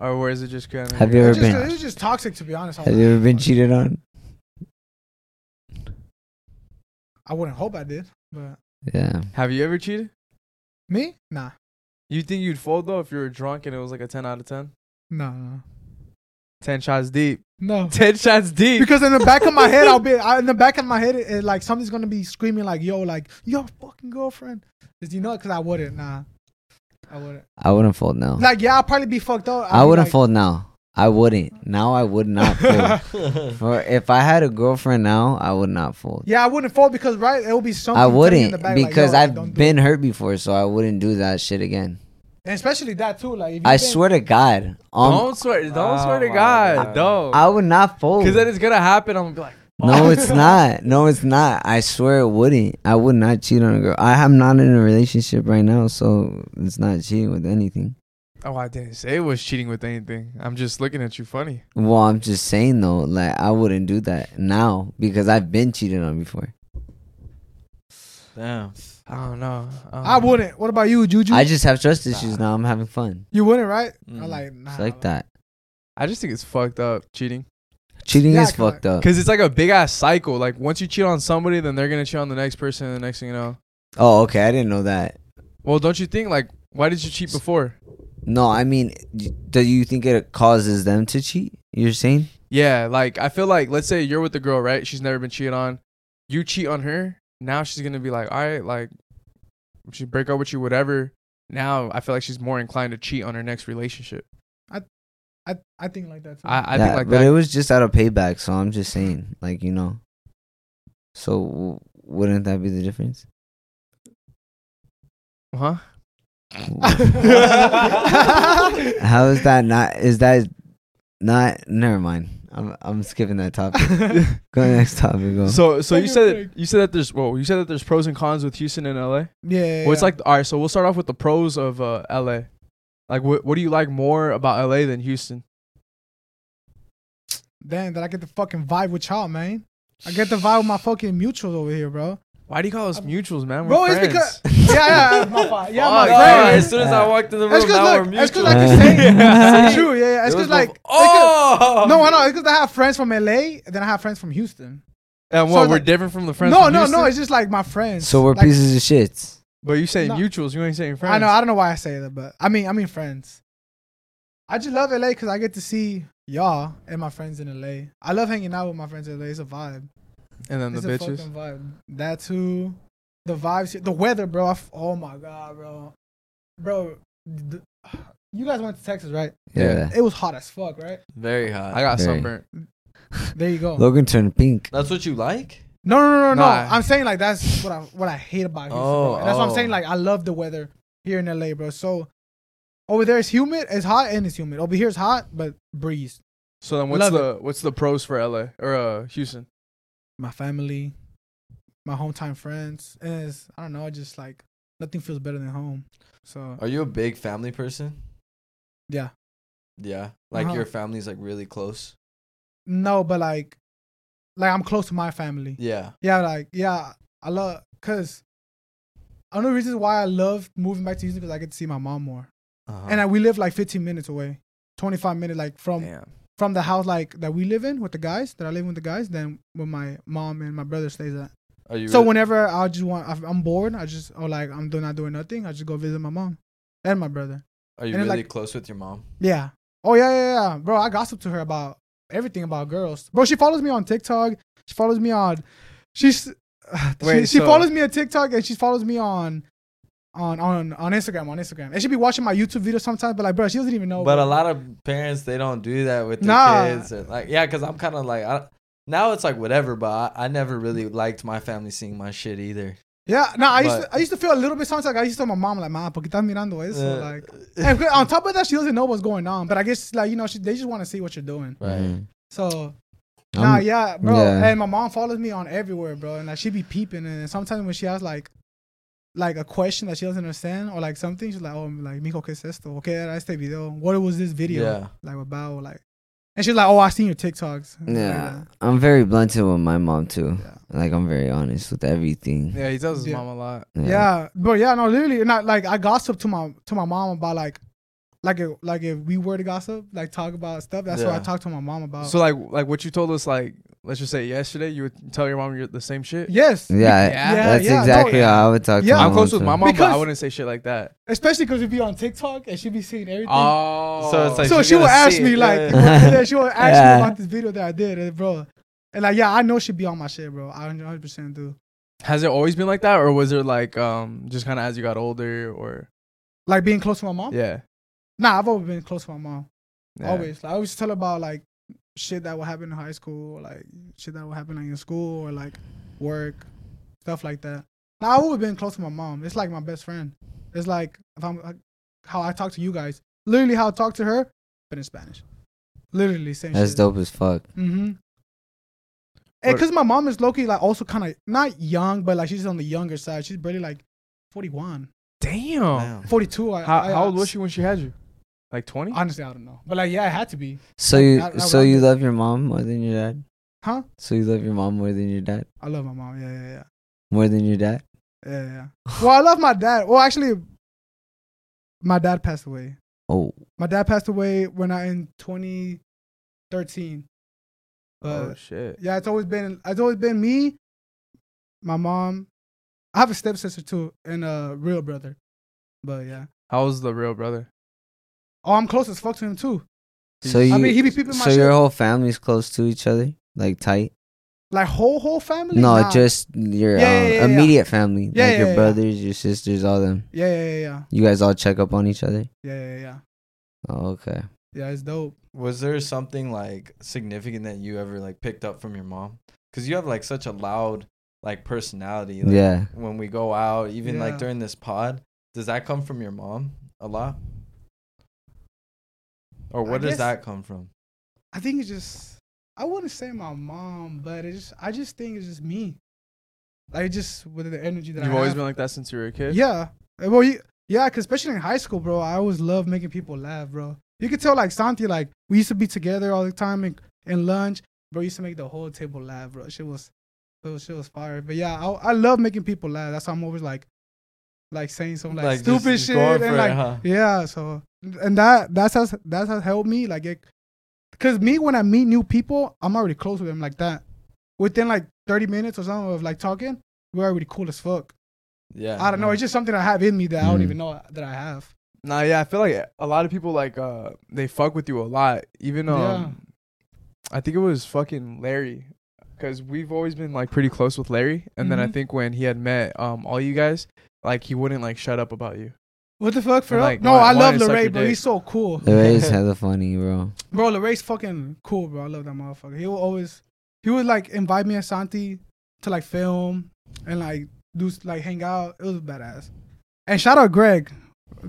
Or was it just kind of? Have you It ever was, just, it been? was just toxic, to be honest. I Have was- you ever been cheated on? I wouldn't hope I did, but Yeah. Have you ever cheated? me? Nah, You think you'd fold though if you were drunk and it was like a ten out of ten? no, no, Ten shots deep. no. Ten shots deep. Because in the back of my head, I'll be I, in the back of my head, it, it, like something's gonna be screaming like, "Yo, like your fucking girlfriend." Did you know? Because I wouldn't. Nah, I wouldn't. I wouldn't fold now. Like, yeah, I'll probably be fucked up. I'll I be wouldn't like, fold now. I wouldn't. Now I would not fold. For if I had a girlfriend now, I would not fold. Yeah, I wouldn't fold because right, it would be something. I telling you in the wouldn't back, like, because yo, like, don't I've do been it. hurt before, so I wouldn't do that shit again. and especially that too. Like, if you've I been- swear to God, um, don't swear. Don't Oh swear to my God. God. Don't. I would not fold. Because then it's gonna happen. I'm gonna be like, No, it's not. No, it's not. I swear it wouldn't. I would not cheat on a girl. I am not in a relationship right now, so it's not cheating with anything. oh, I didn't say it was cheating with anything. I'm just looking at you funny. Well, I'm just saying though, like I wouldn't do that now because I've been cheated on before. Damn. I don't know. Um, don't I know. wouldn't. What about you, Juju? I just have trust issues now. I'm having fun. you wouldn't, right? I Mm. like nah, It's like that. I just think it's fucked up cheating. Cheating Yeah, is come on. fucked up. Because it's like a big ass cycle. Like once you cheat on somebody, then they're gonna cheat on the next person, and the next thing you know. Oh, okay. I didn't know that. Well, don't you think like why did you cheat before? No, I mean, y- do you think it causes them to cheat? You're saying? Yeah, like I feel like let's say you're with a girl, right? She's never been cheated on. You cheat on her, now she's gonna be like, all right, like she break up with you, whatever. Now I feel like she's more inclined to cheat on her next relationship. I, I think like that too. I, I Yeah, think like but that. it was just out of payback. So I'm just saying, like you know. So w- wouldn't that be the difference? huh? Uh-huh. How is that not? Is that not? Never mind. I'm I'm skipping that topic. go next topic. Go. So so you Fucking said freak. that, you said that there's well you said that there's pros and cons with Houston and LA. yeah. Well, it's like all right. So we'll start off with the pros of uh, LA. Like what what do you like more about LA than Houston? damn that I get the fucking vibe with y'all, man. I get the vibe with my fucking mutuals over here, bro. Why do you call us mutuals, man? We're Bro, it's friends. because yeah, yeah, my fault. yeah, my Fuck, friend. Oh, yeah, as soon as I walked in the room, It's now cause we're look, it's cause mutual. like mutual. the same. Yeah. It's true, yeah, yeah. It's It was cause like before- it's 'cause- oh no, I know. It's cause I have friends from LA, and then I have friends from Houston. and what so, we're like- different from the friends. no, from no, Houston? no. It's just like my friends. So we're like, pieces of shits. But you saying No. mutuals, you ain't saying friends. I know. I don't know why I say that, but I mean, I mean friends. I just love LA because I get to see y'all and my friends in LA. I love hanging out with my friends in LA. It's a vibe. and then the it's a bitches. fucking vibe. That too. The vibes. here- The weather, bro. I f- oh my god, bro. Bro, th- you guys went to Texas, right? Yeah. It was hot as fuck, right? Very hot. I got Very. sunburnt. There you go. Logan turned pink. That's what you like? No, no, no, no, no. Nah. I'm saying like that's what I what I hate about Houston. bro. Oh, And that's what I'm oh. saying. Like I love the weather here in LA, bro. So over there it's humid, it's hot and it's humid. Over here it's hot, but breeze. So then what's Love the what's the pros for LA or uh Houston? My family, my hometown friends, and it's, I don't know. I just like nothing feels better than home. So Are you a big family person? yeah, Yeah. Like Uh-huh. your family's like really close. no, but like, like I'm close to my family. Yeah. Yeah, like yeah, I love cause. I know the reasons why I love moving back to Houston because I get to see my mom more, Uh-huh. and I, we live like 15 minutes away, 25 minutes like from Damn. from the house like that we live in with the guys that I live with the guys than when my mom and my brother stays at. Are you So really- whenever I just want, if I'm bored. I just or like I'm do not doing nothing. I just go visit my mom and my brother. are you and really then, like- close with your mom? Yeah. Oh yeah, yeah, yeah, bro. I gossip to her about everything about girls, bro. She follows me on TikTok. She follows me on. She's. Wait, she, she so- follows me on TikTok and she follows me on. On, on on Instagram on Instagram and she be watching my YouTube videos sometimes but like bro she doesn't even know but bro. a lot of parents they don't do that with their Nah. kids and like yeah because i'm kind of like I, now it's like whatever but I, I never really liked my family seeing my shit either Yeah, no, I used But- to, I used to feel a little bit sometimes. Like I used to tell my mom like, "Ma, porque estás mirando eso?" Uh, like, and 'cause on top of that, she doesn't know what's going on. But I guess like you know, she, they just want to see what you're doing. right Mhm. So, I'm- nah, yeah, bro. yeah. And my mom follows me on everywhere, bro. And like she be peeping, and sometimes when she has like, like a question that she doesn't understand or like something, she's like, "Oh, like mijo, qué es esto? Okay, era este video. What was this video yeah like about?" Like, and she's like, "Oh, I seen your TikToks." Yeah, I'm very blunted with my mom too. Yeah. Like I'm very honest with everything. Yeah, he tells his Yeah. mom a lot. Yeah, but yeah, no, literally, not like I gossip to my to my mom about like, like if, like if we were to gossip, like talk about stuff. That's what I Yeah. talk to my mom about. So like like what you told us like let's just say yesterday you would tell your mom you're the same shit. yes, Yeah, Yeah, that's yeah, exactly no, how I would talk yeah. to my I'm close mom, with my too. mom, but I Because- wouldn't say shit like that. especially because we be on TikTok and she be seeing everything. Oh, So it's like- so you're she would gonna ask see me it, like, yeah. and then she would ask Yeah. me about this video that I did, and bro, and like yeah, I know she be on my shit, bro. I 100 percent do. has it always been like that, or was it like um just kind of as you got older, or Like being close to my mom. yeah, Nah, I've always been close to my mom. yeah. Always. Like, I always tell her about like shit that will happen in high school, or, like shit that will happen like in school or like work, stuff like that. Now I've always been close to my mom. It's like my best friend. It's like if I'm like, how I talk to you guys. Literally how I talk to her, but in Spanish. Literally same That's shit. dope as fuck. Mm-hmm. And What- because my mom is Loki, like also kind of not young, but like she's on the younger side. She's barely like 41, Damn. Damn. 42. I, How, I, how old I- was she when she had you? Like twenty? Honestly, I don't know. But like, yeah, it had to be. So Like, you, not- not so you rounded. love your mom more than your dad? Huh? So you love your mom more than your dad? I love my mom. Yeah, yeah, yeah. More than your dad? Yeah, yeah. Well, I love my dad. Well, actually, my dad passed away. Oh, My dad passed away when I in 2013. But oh shit. yeah, it's always been it's always been me, my mom. I have a stepsister too and a real brother. But yeah. How was the real brother? Oh, I'm close as fuck to him too. so I you, mean, he be peeping my so shit. your whole family's close to each other, like tight? like whole whole family. No, Nah. just your Yeah, um, yeah, yeah, yeah. immediate family, Yeah, like yeah, your yeah. brothers, your sisters, all them. yeah, yeah, yeah, yeah, You guys all check up on each other. yeah, yeah, yeah. Oh, okay. Yeah, it's dope. was there something like significant that you ever like picked up from your mom because you have like such a loud like personality like, yeah. when we go out even like Yeah. during this pod does that come from your mom a lot or I where does guess- that come from I think it's just I wouldn't say my mom, but it's just I just think it's just me. Like just with the energy that You've I always have. been like that since you were a kid. Yeah. Uh, Well, you, yeah, cause especially in high school, bro, I always love making people laugh, bro. You could tell like Santi, like we used to be together all the time and, and lunch, bro. Used to make the whole table laugh, bro. Shit was, it was shit was fire. But yeah, I, I love making people laugh. That's why I'm always like, like saying some like, Like, just- stupid just shit going for and it, like huh? yeah. So and that that's how that's how helped me like it, cause me when I meet new people, I'm already close with them like that. Within like 30 minutes or something of like talking, we're already cool as fuck. Yeah. I don't know. It's just something I have in me that I don't Mm. even know that I have. Nah, yeah, I feel like a lot of people like uh they fuck with you a lot. Even um, I think it was fucking Larry, because we've always been like pretty close with Larry. And then I Mhm. think when he had met um all you guys, like he wouldn't like shut up about you. What the fuck, for And, real? like, No, why- I why love is that Larray, your bro. dick? He's so cool, The race hella funny, bro. bro. Larray's fucking cool, bro. I love that motherfucker. He will always, he would like invite me and Santi to like film and like do like hang out. It was badass. And shout out Greg,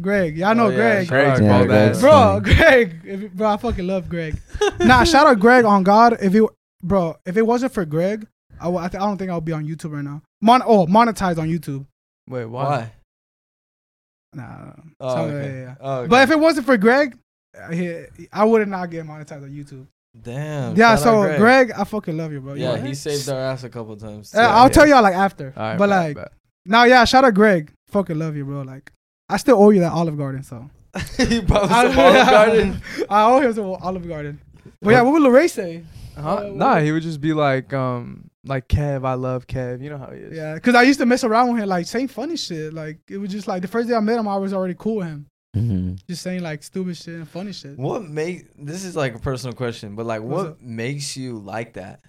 Greg. Y'all know Oh, yeah, Greg. shout out Greg's bald Greg's ass. funny. bro, Greg, if, bro, I fucking love Greg. nah, shout out Greg on God. If it, bro, if it wasn't for Greg, I, w- I, th- I don't think I would be on YouTube right now. Mon- oh, monetized on YouTube. Wait, why? Why? Nah, something- Oh, okay. yeah, yeah. Oh, okay. But if it wasn't for Greg, I, he- I would not get monetized on YouTube. damn. yeah, shout out so Greg. I fucking love you, bro. Yeah, You- he saved our ass a couple times. Uh, too. I'll yeah. tell y'all like after. All right, but bet, like, bet. now, yeah, shout out Greg. Fucking love you, bro. Like, I still owe you that Olive Garden, so. he brought us to Olive Garden. I owe him some Olive Garden. But yeah, what would Larray say? Huh? Uh, nah, what- he would just be like um like Kev, I love Kev. You know how he is. Yeah, because I used to mess around with him, like saying funny shit. Like it was just like the first day I met him, I was already cool with him, Mhm. just saying like stupid shit and funny shit. What make this is like a personal question, but like, What's what makes you like that?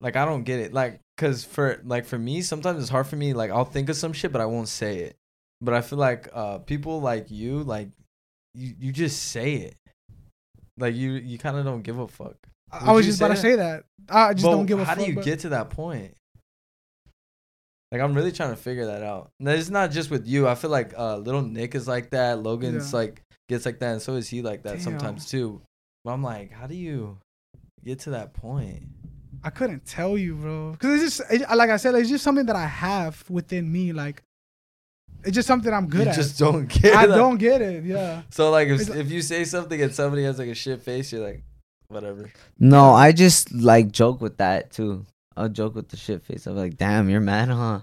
Like, I don't get it. Like, cause for like for me, sometimes it's hard for me. Like, I'll think of some shit, but I won't say it. But I feel like uh people like you, like you, you just say it. Like you, you kind of don't give a fuck. I, Would I was you just say about to that? say that. I just But don't give a how fuck. do you but- get to that point? Like, I'm really trying to figure that out. No, it's not just with you. I feel like uh little Nick is like that. Logan's Yeah. like gets like that, and so is he like that Damn. sometimes too. But I'm like, how do you get to that point? I couldn't tell you, bro. Because it's just it, like I said, it's just something that I have within me. Like it's just something I'm good you at. just don't get. I that. don't get it. Yeah. So like, if It's like- if you say something and somebody has like a shit face, you're like, whatever. No, I just like joke with that too. I'll joke with the shit face. I'm like, damn, you're mad, huh?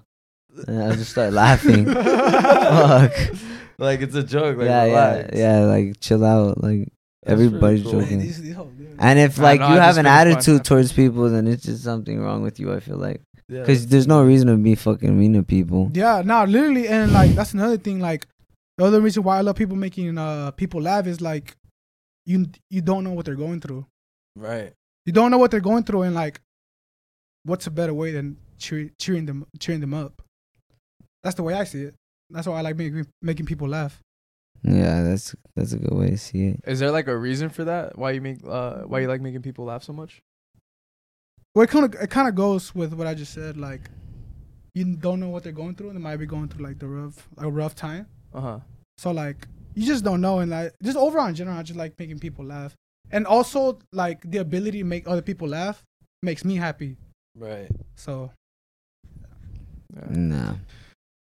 And I just start laughing. Fuck. Like it's a joke. Like yeah, relax. yeah, yeah. Like chill out. Like That's really everybody's cool. joking. These- these hoes, yeah. And if I like know, you I have just an feel fun. attitude towards people, then it's just something wrong with you. I feel like Yeah. because there's no reason to be fucking mean to people. Yeah, no, literally, and like that's another thing. Like the other reason why I love people making uh people laugh is like you you don't know what they're going through. Right. You don't know what they're going through, and like, what's a better way than cheer, cheering them cheering them up? That's the way I see it. That's why I like making making people laugh. Yeah, that's that's a good way to see it. Is there like a reason for that? Why you make uh why you Mm. like making people laugh so much? Well, it kind of it kind of goes with what I just said. Like, you don't know what they're going through, and they might be going through like the rough a rough time. Uh huh. So like you just don't know and like just overall in general, I just like making people laugh. And also like the ability to make other people laugh makes me happy. Right. So Nah,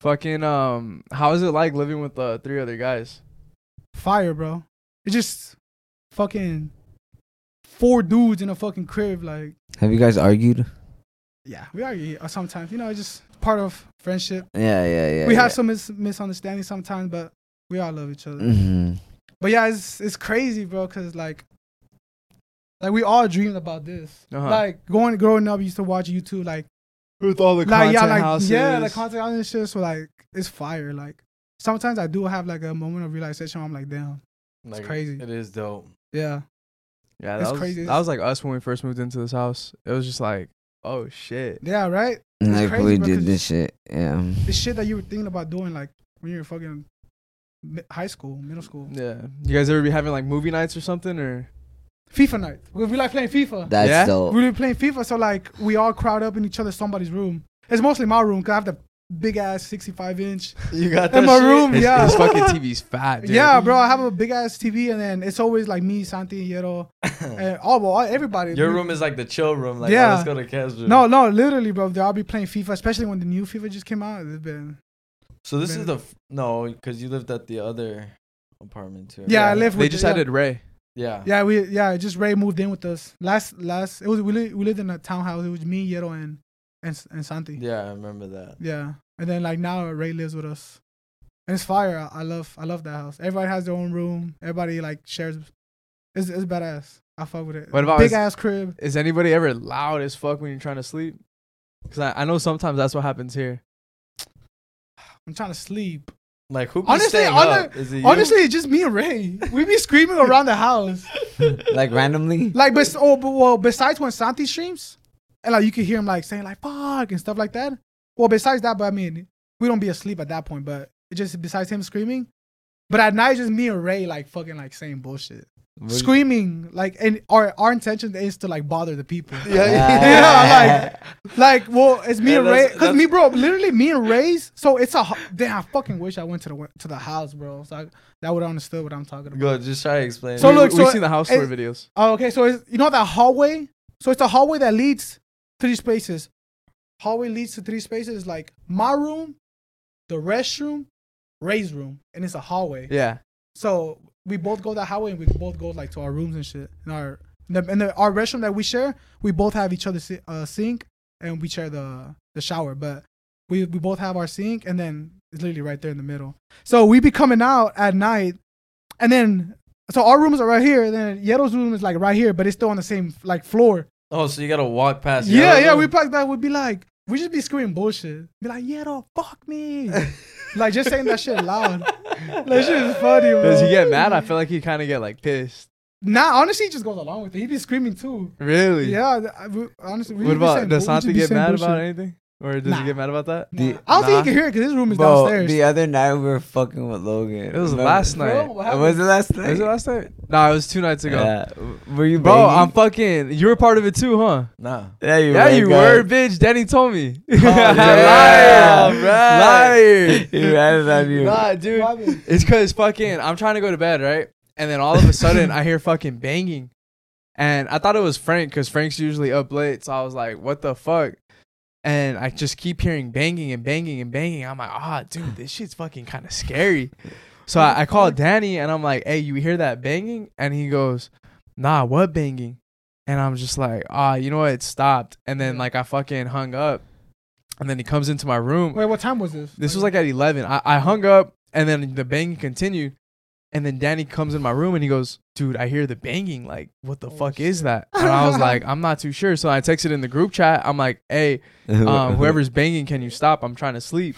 Fucking um, how is it like living with uh three other guys? fire, bro. It's just fucking four dudes in a fucking crib, like have you guys argued? yeah, we argue sometimes. You know, it's just part of friendship. Yeah, yeah, yeah. we yeah. have some mis- misunderstandings sometimes, but we all love each other. Mhm. But yeah, it's it's crazy, bro, cause like, like we all dreamed about this. Uh-huh. Like going growing up, we used to watch YouTube like With all the like yeah, like yeah, the content houses and shit. So like it's fire. Like sometimes I do have like a moment of realization. Where I'm like, damn, Like, crazy. It is dope. yeah, Yeah, that It's was crazy. that was like us when we first moved into this house. It was just like, oh shit. yeah, right. It's Like crazy, we bro, did 'cause this shit. Yeah. The shit that you were thinking about doing, like when you were fucking mi- high school, middle school, Yeah. You guys ever be having like movie nights or something or? FIFA night. We we like playing FIFA. That's Yeah? dope. we were playing FIFA, so like we all crowd up in each other somebody's room. It's mostly my room because I have the big ass 65 inch. You got In my room, His, yeah. his fucking TV's fat, dude. Yeah, bro, I have a big ass TV, and then it's always like me, Santi, Yero, and all, well, all- everybody. Your We- room is like the chill room. Like, Yeah. yeah. let's go to Kev's room. No, no, literally, bro. I'll be playing FIFA, especially when the new FIFA just came out. It's been So this is the f- no, because you lived at the other apartment too. yeah, I live with They just yeah. added Ray. Yeah. Yeah, we yeah, just Ray moved in with us last last. It was we li- we lived in a townhouse. It was me, Yero, and and and Santi. Yeah. Yeah, I remember that. and then like now Ray lives with us. And it's fire. I, I love I love that house. Everybody has their own room. Everybody like shares. It's it's badass. I fuck with it. What about big his- ass crib? Is anybody ever loud as fuck when you're trying to sleep? Cause I, I know sometimes that's what happens here. I'm trying to sleep. Like who be Honestly, staying other- up? Is it you? Honestly, it's just me and Ray. We be screaming around the house. like randomly. Like, but oh, but well, besides when Santi streams, and like you can hear him like saying like "fuck" and stuff like that. Well, besides that, but I mean, we don't be asleep at that point. But it just besides him screaming, but at night, it's just me and Ray like fucking like saying bullshit, screaming like, and our our intention is to like bother the people. Yeah, yeah, like, like, well, it's me Yeah, and Ray, that's- cause me, bro, literally me and Ray's. So it's a ho- damn. I fucking wish I went to the wi- to the house, bro. So I, that would have understood what I'm talking about. Go just try to explain. So it. we, look, we- we've so seen the house it- tour videos. Oh, okay. So it's, you know that hallway. So it's a hallway that leads to these spaces. Hallway leads to three spaces, like my room, the restroom, Ray's room, and it's a hallway. Yeah. So we both go that hallway, and we both go like to our rooms and shit. And our and, the, and the, our restroom that we share, we both have each other's si- uh, sink, and we share the the shower. But we we both have our sink, and then it's literally right there in the middle. So we be coming out at night, and then so our rooms are right here. And then Yero's room is like right here, but it's still on the same like floor. Oh, so you gotta walk past. the Yeah, other yeah. room? We packed that. We'd be like, we just be screaming bullshit. Be like, Yero, fuck me. like just saying that shit loud. That shit is funny, bro. Does he get mad? I feel like he kind of get like pissed. Nah, honestly, he just goes along with it. He be screaming too. Really? Yeah, th- I, we, honestly. We What just be about saying does bull- we just Santi be get saying mad about bullshit. anything, or does Nah. he get mad about that? Nah. I don't Nah. uh, think he can hear it because his room is Bro, downstairs. the other night we were fucking with Logan. It was Remember? last night. Bro, what It happened? was the last night. Was it last night? Nah, it was two nights ago. Yeah. Were you, Bro, banging? I'm fucking. You were part of it too, huh? Nah. Yeah, you yeah, were. you guys. Oh, were, bitch. Danny told me. yeah. Liar, Right. liar. He ratted on you. Nah, dude. What happened? It's cause fucking I'm trying to go to bed, right? And then all of a sudden I hear fucking banging. And I thought it was Frank because Frank's usually up late. So I was like, what the fuck? And I just keep hearing banging and banging and banging. I'm like, ah, dude, this shit's fucking kind of scary. So I, I call Danny and I'm like, hey, you hear that banging? And he goes, nah, what banging? And I'm just like, ah, you know what? It stopped. And then like I fucking hung up. And then he comes into my room Wait, what time was this? this was like at 11. I, I hung up and then the banging continued. And then Danny comes in my room and he goes, Dude, I hear the banging. Like, what the fuck is that? And I was like, I'm not too sure. So I texted in the group chat. I'm like, Hey, um, whoever's banging, can you stop? I'm trying to sleep.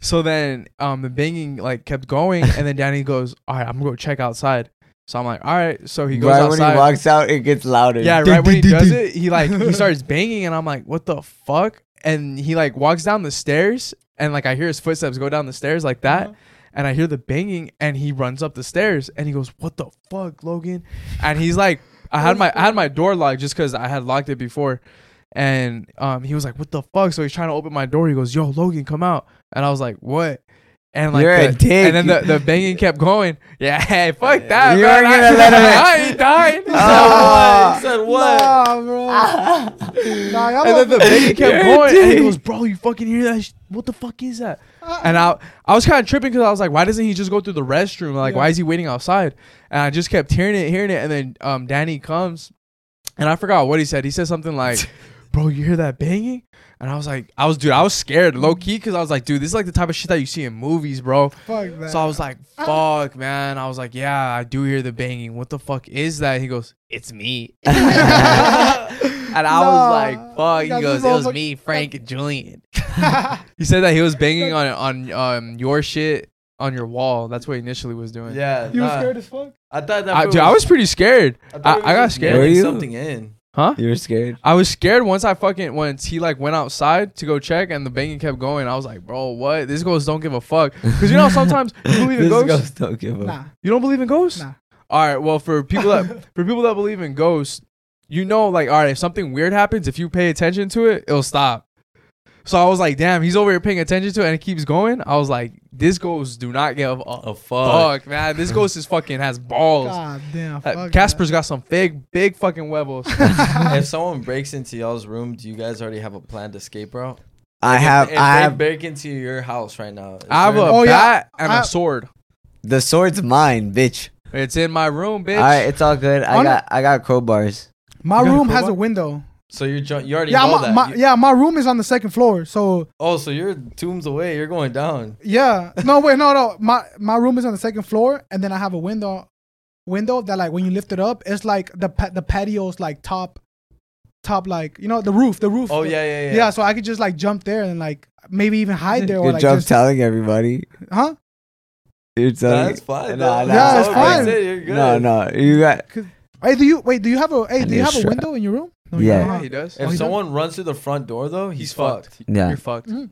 So then um, the banging like kept going. And then Danny goes, All right, I'm going to go check outside. So I'm like, All right. So he goes right outside. when he walks out, it gets louder. Yeah, right when he does it, he like he starts banging, and I'm like, what the fuck? And he like walks down the stairs, and like I hear his footsteps go down the stairs like that, Uh-huh. and I hear the banging, and he runs up the stairs, and he goes, what the fuck, Logan? And he's like, I had my I had my door locked just because I had locked it before, and um he was like, what the fuck? So he's trying to open my door. He goes, yo, Logan, come out, and I was like, what? And like You're a the, dick. and then the, the banging kept going. Yeah, fuck that. You man. weren't I- gonna let him Oh. in. I ain't dying. Ah, he said what? Nah, bro. nah, y'all and then the are- baby kept You're a going, and he dick. goes, "Bro, you fucking hear that? sh- What the fuck is that?" And I, I was kind of tripping because I was like, "Why doesn't he just go through the restroom? Like, why is he waiting outside?" And I just kept hearing it, hearing it, and then um, Danny comes, and I forgot what he said. He said something like, "Bro, you hear that banging?" And I was like, I was, dude, I was scared, low key, because I was like, dude, this is like the type of shit that you see in movies, bro. fuck that. So I was like, fuck, man. I was like, yeah, I do hear the banging. What the fuck is that? He goes, it's me. and I was like, Nah. fuck. Yeah, He goes, this it was motherfucker- me, Frank, and Julian. he said that he was banging on on um your shit on your wall. That's what he initially was doing. Yeah. you were nah. scared as fuck. I thought that. I, fool dude, I was pretty scared. thought I- it I got was just scared. nailing Were you? Something in. Huh? You were scared. I was scared once I fucking once he like went outside to go check and the banging kept going. I was like, bro, what? These ghosts don't give a fuck. Because you know sometimes you believe in This ghosts. ghost don't give up. Nah, You don't believe in ghosts? Nah. All right. Well, for people that for people that believe in ghosts, you know, like, all right, if something weird happens, if you pay attention to it, it'll stop. So I was like, damn, he's over here paying attention to it, and it keeps going. I was like, this ghost do not give a Oh fuck. fuck, man. This ghost is fucking has balls. god damn. Uh, Fuck that. Casper's got some big, big fucking webbles. if someone breaks into y'all's room, do you guys already have a planned escape route? I If- have, If I they have break into your house right now. is I have a there- Oh, yeah. bat and a I- sword. the sword's mine, bitch. It's in my room, bitch. All right, it's all good. I On- got, I got crowbars. My You got a room has crowbar? a window. So you're jo- you already Yeah, know my, that. my, You- yeah, my room is on the second floor. So Oh, so you're tombs away. You're going down. yeah, no wait, no, no. My my room is on the second floor, and then I have a window, window that like when you lift it up, it's like the pa- the patio's like top, top like you know the roof, the roof. Oh, yeah, yeah, yeah. Yeah, so I could just like jump there and like maybe even hide there or Good like job just telling everybody. huh? You're telling. That's fine. Nah, though. nah. Yeah, it's all right. fine. That's it, You're good. No, no, you got. Hey, do you wait? Do you have a hey? And Do you you're have a strapped. window in your room? No, Yeah. you don't, Yeah, huh? he does. Oh, If he someone runs through the front door though, he's, He's fucked. fucked. Yeah, You're fucked. Mhm.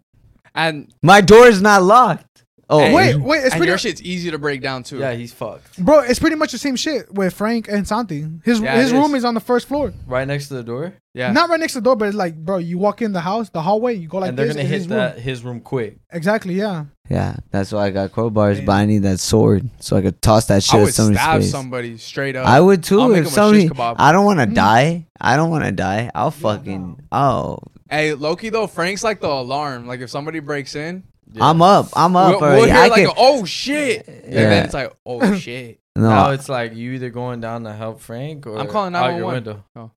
And my door is not locked. Oh Hey. Wait, wait, it's and your pretty, shit's easy to break down too. Yeah, he's fucked. bro. It's pretty much the same shit with Frank and Santi. His Yeah, his it room is. is on the first floor, Right next to the door, yeah. not right next to the door, but it's like, bro, you walk in the house, the hallway, you go like and they're this. gonna and hit his room. that his room quick. Exactly, yeah. Yeah, that's why I got crowbars, but I need that sword so I could toss that I shit would at somebody's stab face. somebody straight up. I would too I'll make him if a shish somebody. kebab. Hmm. I don't want to die. I don't want to die. I'll fucking. Oh, hey, Loki though, Frank's like the alarm. Like if somebody breaks in, I'm up. I'm we'll, up we'll already. hear I like, can. a, oh shit, and Yeah. then it's like, oh shit. no, Now it's like you either going down to help Frank or I'm calling out your 911. window.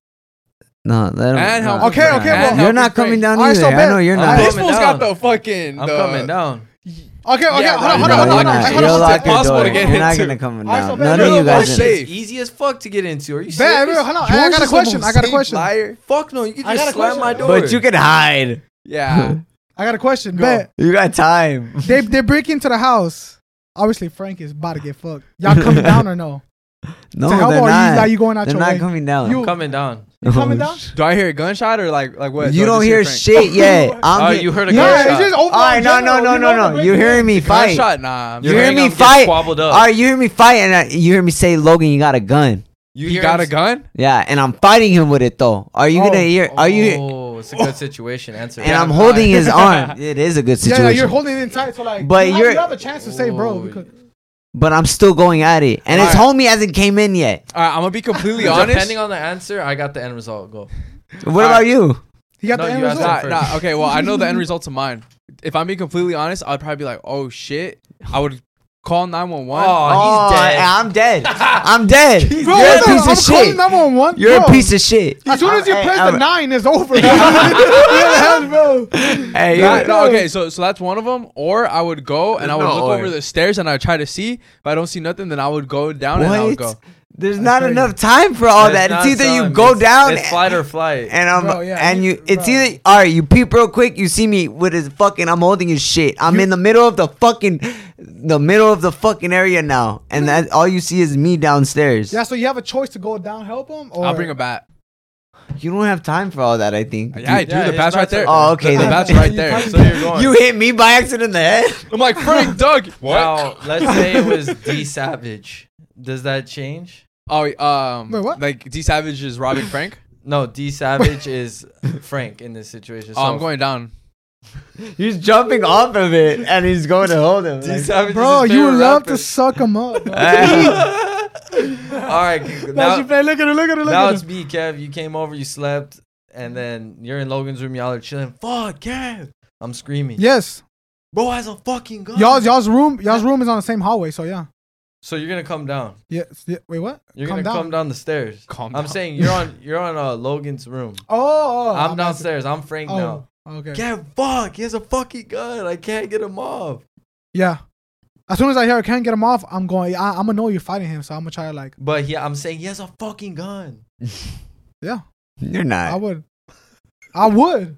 no. Let him, And help no. him Okay, break. okay, well- help you're not him break. coming down All right, either. so I bet. know you're All not. right. This coming fool's down. got the fucking. I'm the- coming down. Okay, okay, hold on, No, hold you're on, hold on, not. hey, You're hold on. locked your Possible door. to get You're not into. gonna come Alright, so down. bet. None You're of the you one guys. That are- safe. shit's easy as fuck to get into. Are you Bet, serious? bro, hold on. Hey, I Yours got a is the question, most I got a safe question. Liar. Fuck no, you can I got just a slam my question. door. Oh. But you can hide. Yeah. I got a question. Go. Bet You got time. they they break into the house. Obviously, Frank is about to get fucked. Y'all coming down or no? No, To they're help or you, like, not. you going out They're your not Oh, way? coming down. You- coming down. You coming down? Do I hear a gunshot or like like what? Do You I don't just hear Frank? shit yet. Oh, I'm you heard a Yeah, gunshot. it's just All over. right, no, no, no, no, no. You're hearing me fight. Gunshot? Nah. I'm You Your hear sorry. hang me up gets fight. squabbled up. All right, you hear me fight, and I, you hear me say, "Logan, you got a gun." You He hear got a him gun. Yeah, and I'm fighting him with it though. Are you gonna Oh. hear? Are you? Oh, it's a good situation. Answer. And I'm holding his arm. It is a good Yeah, situation. yeah, you're holding it tight. So like, But you have, you're- Oh, you have a chance to say, bro. we could- but I'm still going at it, and his Alright. homie hasn't came in yet. All right, I'm gonna be completely honest. Depending on the answer, I got the end result. Go. What about you? He got No, the end you asked result. that Nah, first. nah, okay, well, I know the end results of mine. If I'm being completely honest, I'd probably be like, oh shit. I would call 911. Oh, he's dead. I, am dead. I'm dead. Bro, you're what a the- piece I'm of calling shit. number one. You're bro. a piece of shit. As soon as you I'm- press I'm- the nine, it's over. What the hell, bro? Hey, Nah, you're- no, okay, so so that's one of them. Or I would go and I would No, look or- over the stairs and I would try to see. If I don't see nothing, then I would go down and I would go. What? There's not enough time for all that. Oh, It's either you go down It's flight or flight. and I'm Bro, yeah, and you- you it's bro. either all right, you peep real quick, you see me with his fucking I'm holding his shit. I'm in the middle of the fucking the middle of the fucking area now. And that all you see is me downstairs. Yeah, so you have a choice to go down, help him, or I'll bring a bat. You don't have time for all that, I think. Yeah, I do. Yeah, the his bat's right bat's there. there. right Oh, The, okay, the then. bat's right there. so you're going. You hit me by accident in the head? I'm like, Frank, Doug. Now, let's say it was D Savage. Does that change? Oh, um, Wait, what? like D Savage is robbing Frank. No, D Savage is Frank in this situation. So Oh, I'm going down. He's jumping off of it and he's going to hold him. D Like, Savage. Bro, you would love to suck him up. bro. All right. That's your Now, play. Look at it, look at it, look now at it's it. me, Kev. You came over, you slept, and then you're in Logan's room. Y'all are chilling. Fuck, Kev. I'm screaming. Yes, Bro has a fucking gun. y'all's y'all's room, y'all's room is on the same hallway. So yeah, so you're gonna come down. yes. Yeah. Wait, what? You're Calm gonna down. come down the stairs. Calm I'm down. saying you're on you're on uh, Logan's room. Oh, oh, I'm, at- downstairs. I'm Frank now. Oh, okay. Kev, fuck. He has a fucking gun. I can't get him off. Yeah. As soon as I hear I can't get him off, I'm going. I, I'm gonna know you're fighting him, so I'm gonna try to like. But he, I'm saying he has a fucking gun. Yeah, You're I not. would. I would.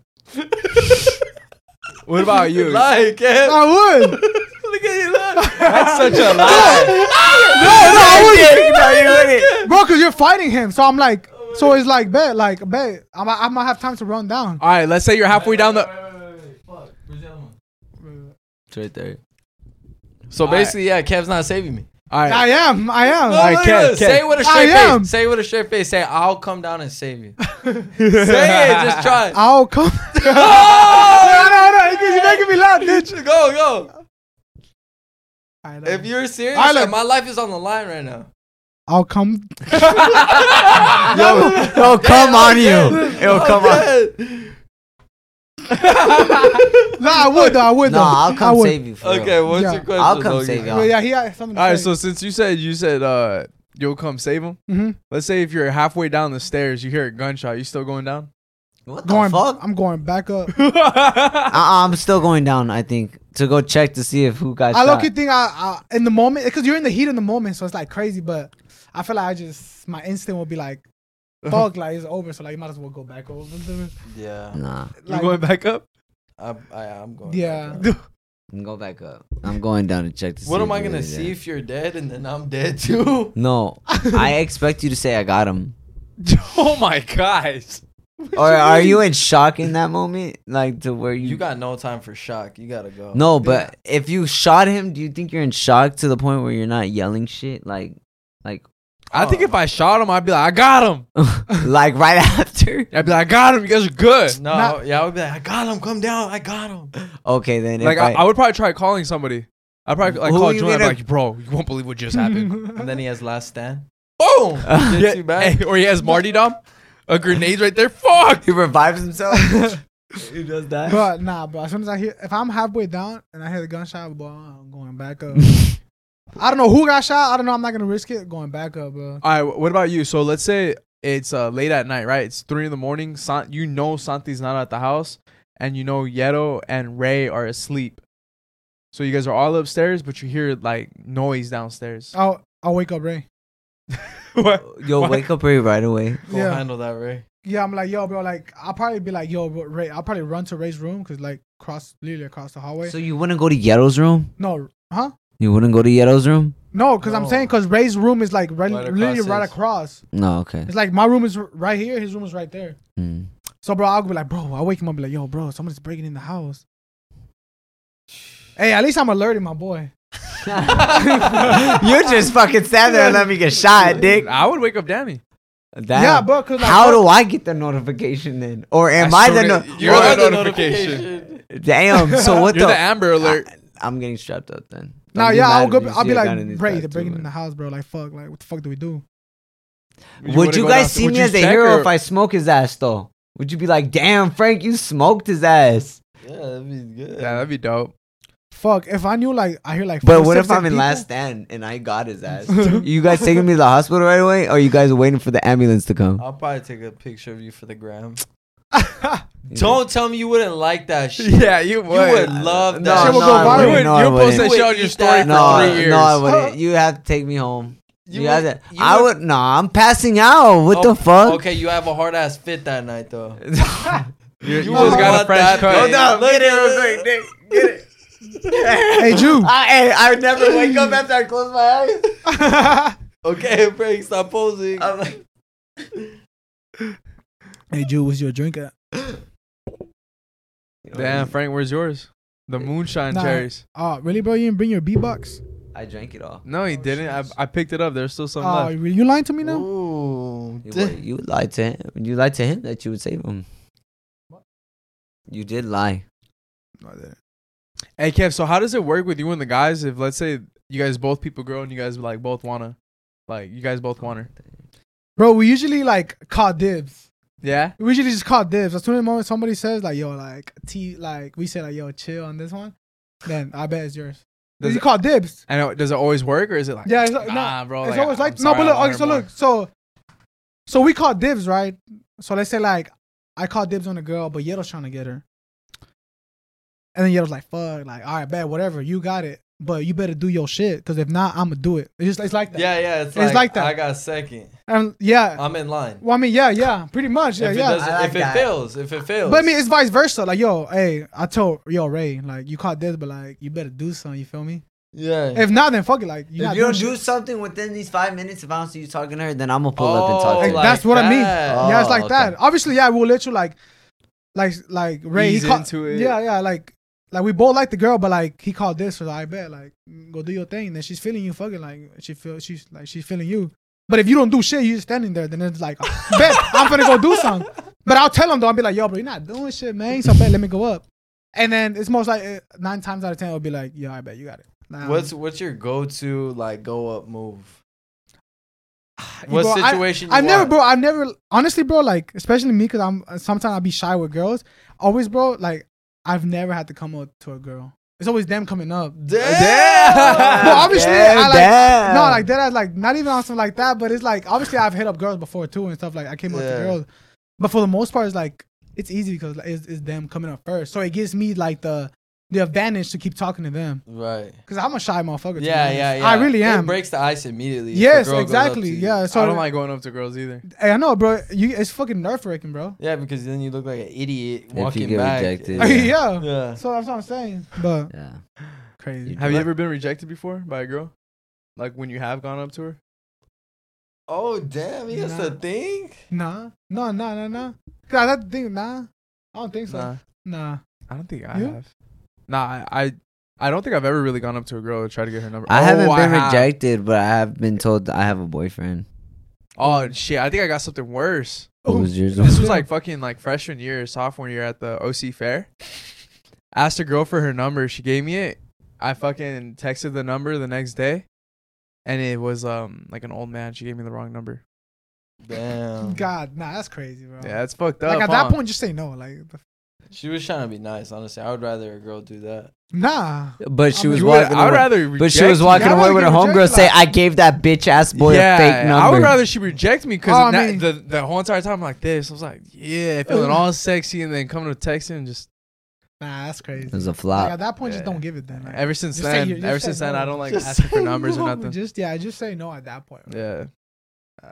What about you? Lie, Kev. I would. Look at you, look. That's such a lie. No, you wouldn't. bro, cause you're fighting him. So I'm like, so it's like bet, like bet. I'm, I'm gonna have time to run down. All right, let's say you're halfway down the. Fuck. Where's the other one? It's right there. So basically, yeah, Kev's not saving me. All right, I am, I am. No, no, no, Kev, Kev. Say it with a I straight am. face. Say it with a straight face. Say, I'll come down and save you. say it. Just try it. I'll come. Oh! no, no, because you're making me laugh, bitch. Go, go. Alright, If you're serious, All right, look. my life is on the line right now. I'll come. Yo, yo, come on you. Oh, Yo, come on. on. Nah, I would, though, I would. No, though. I'll I come would. save you. For real. Okay, what's Yeah. your question? I'll come Logan? save you. Well, yeah, he had something. all right. So since you said you said uh you'll come save him, hmm let's say if you're halfway down the stairs, you hear a gunshot, you still going down? What the going, fuck? I'm going back up. Uh-uh, I'm still going down. I think to go check to see if who got I shot. look at thing. I, I in the moment because you're in the heat in the moment, so it's like crazy. But I feel like I just my instinct will be like, fuck, like it's over. So like, you might as well go back over. Yeah, Nah, Like, you going back up? I, I, I'm going. Yeah. back up. I'm go back up. I'm going down to check this. What am I gonna see if you're dead and then I'm dead too? No, I expect you to say I got him. oh my gosh! Or are you in shock in that moment, like to where you? You got no time for shock. You gotta go. no, but if you shot him, do you think you're in shock to the point where you're not yelling shit like, like, I think if I shot him, I'd be like, I got him. like right after? I'd be like, I got him. You guys are good. no, yeah, I would be like, I got him. Come down. I got him. Okay, then. Like if I, I, I would probably try calling somebody. I'd probably like Who call you Joanna. gonna- Like, bro, you won't believe what just happened. And then he has last stand. Boom. Gets Yeah, you back. hey, or he has Marty Dom. A grenade right there. Fuck. he revives himself. he does that. But nah, bro. As soon as I hear, if I'm halfway down and I hear the gunshot, bro, I'm going back up. I don't know who got shot. I don't know. I'm not gonna risk it going back up, bro. All right. wh- What about you? So let's say it's uh, late at night, right? It's three in the morning. San- you know Santi's not at the house, and you know Yeto and Ray are asleep. So you guys are all upstairs, but you hear like noise downstairs. Uh, I'll I'll wake up Ray. What? Yo, What? wake up Ray right away. Go Yeah. handle that, Ray. Yeah, I'm like, yo, bro. Like, I'll probably be like, yo, bro, Ray. I'll probably run to Ray's room because like cross literally across the hallway. So you wouldn't go to Yeto's room? no, huh? You wouldn't go to Yeto's room? No, because I'm No. saying because Ray's room is like right, Right across literally right his. across. No, okay. It's like my room is r- right here. His room is right there. Mm. So, bro, I'll be like, bro, I wake him up, be like, yo, bro, someone's breaking in the house. Hey, at least I'm alerting my boy. you just fucking stand there and let me get shot, dick. I would wake up Danny. Damn. Yeah, bro. Cause like, How bro, do I get the notification then? Or am I, the no- You're or- the notification. Damn. So what You're the? Uh, the Amber Alert. I, am getting strapped up then. Don't Nah, be yeah, mad I'll if go. you I'll see be a gun like, in these Bray, guys they're breaking too, in the house, bro. Like, fuck, like, what the fuck do we do? man. Would wouldn't you go guys downstairs. see Would me you as a check hero or- if I smoke his ass though? Would you be like, damn, Frank, you smoked his ass? Yeah, that'd be good. Yeah, that'd be dope. Fuck, if I knew, like, I hear like. But what footsteps if I'm and in last people- stand and I got his ass? you guys taking me to the hospital right away, or you guys waiting for the ambulance to come? I'll probably take a picture of you for the gram. Don't tell me you wouldn't like that shit. Yeah, you you would. would No, love that. shit shit. would go no, I viral. you would, wouldn't. No, I you would post that wouldn't. shit on your Eat story that. for No, three years. no, I wouldn't. You have to take me home. You, have to. you I would. No, I'm passing out. What Oh, the fuck? Okay, you have a hard ass fit that night though. you you would just got a want that fresh cut. bitch. Look at it. Hey, Jew. I, hey, I would never wake up after I close my eyes. Okay, Frank, stop posing. Uh, I'm like, hey, Jew, what's your drink at? Damn, Frank, where's yours? The moonshine Nah. cherries. Oh, really, bro? You didn't bring your B box? I drank it all. No, he didn't. shit. I, I picked it up. There's still some Oh, left. you you lying to me now? Ooh. You, were- you lied to him. You lied to him that you would save him. You did lie. No, I didn't. Hey Kev, so how does it work with you and the guys if let's say you guys both people grow and you guys like both wanna like you guys both wanna. Bro, we usually like call dibs. Yeah? We usually just call dibs. As soon as the moment somebody says like, "Yo, like T," like we say like, "Yo, chill on this one," then I bet it's yours. Does you it- call dibs? I know does it always work or is it like Yeah, it's, nah, like- no, Oh, bro, it's like, always I'm like sorry, no, but I look, wanted okay, so more. look, so so we call dibs, right? So let's say like I call dibs on a girl, but Yeto's trying to get her, and then Yeto's like, "Fuck," like, "All right, bet, whatever, you got it, but you better do your shit, because if not, I'm gonna do it." It's just it's like that. Yeah, yeah, it's, like, like that. I got second. and yeah. I'm in line. well, I mean, yeah, yeah, pretty much, yeah, if it yeah. doesn't, I like if it that. fails, if it fails. But I mean, it's vice versa. Like, yo, hey, I told yo Ray, like, you caught this, but like, you better do something. You feel me? yeah. If not, then fuck it. Like, If not you don't doing do shit. something within these five minutes, if I don't see you talking to her, then I'm gonna pull up and talk to Like, her. like that's what I mean. Oh, that. yeah, it's Oh, like that. Obviously, yeah, we'll let you like, like, like Ray. Ease he caught, into it. Yeah, yeah, like, like we both like the girl, but like he called this, so I bet like go do your thing. Then she's feeling you, fucking like she feel she's like she's feeling you. But if you don't do shit, you just standing there. Then it's like, bet I'm gonna go do something. But I'll tell him though. I'll be like, yo, bro, you're not doing shit, man. So bet let me go up. And then it's most like uh, nine times out of ten, it'll be like, yo, I bet you got it. Nah, What's what's your go to like go up move? you What go- I- situation? I've you never, want? bro. I've never, honestly, bro. Like, especially me, cause I'm sometimes I be shy with girls. Always, bro. Like, I've never had to come up to a girl. It's always them coming up. Damn. Well, obviously, I like damn. no, like that. Like, not even on something like that. But it's like, obviously, I've hit up girls before too and stuff. Like, I came up Yeah. to girls, but for the most part, it's like it's easy because like, it's, it's them coming up first. So it gives me like the the advantage to keep talking to them. Right. Cause I'm a shy motherfucker. to be Yeah, honest. yeah, yeah. I really am. It breaks the ice immediately. if the yes, girl goes up exactly. to you. Yeah. So I don't like going up to girls either. Hey, I know, bro. You, it's fucking nerve wracking, bro. Yeah, because then you look like an idiot you walking get back. rejected. Yeah. Yeah. Yeah. So that's what I'm saying. But Yeah. crazy. Have you ever been rejected before by a girl? Like when you have gone up to her? Oh damn, he has Nah. to think. Nah, no, nah, nah, nah. Cause I don't think nah. I don't think so. Nah. Nah, I don't think I You? have. Nah, I, I I don't think I've ever really gone up to a girl to try to get her number. I Oh, haven't been have. rejected, but I have been told that I have a boyfriend. Oh shit, I think I got something worse. What Oh, was yours? This was like fucking like freshman year, sophomore year at the OC fair. Asked a girl for her number, she gave me it. I fucking texted the number the next day, and it was um like an old man. She gave me the wrong number. Damn. God, nah, that's crazy, bro. Um. Yeah, that's fucked up. Oh. like at huh? that point, just say no. Like, the f- She was trying to be nice, honestly. I would rather a girl do that. nah. But she I was You mean- would- walking I would away. rather. But she was reject walking I'd away rather with a get homegirl rejected, say, like- "I gave that bitch ass boy a fake number." I would rather she reject me because Oh, I mean- the, the whole entire time I'm like this. I was like, yeah, feeling all sexy, and then coming to Texas and just Nah, that's crazy. It was a Like flop. at that point, just Yeah. don't give it then. Like, ever since Just say then, you- just ever say since then, no. I don't like Just asking for say numbers or no. nothing. Just yeah, just say no at that point. yeah. Uh,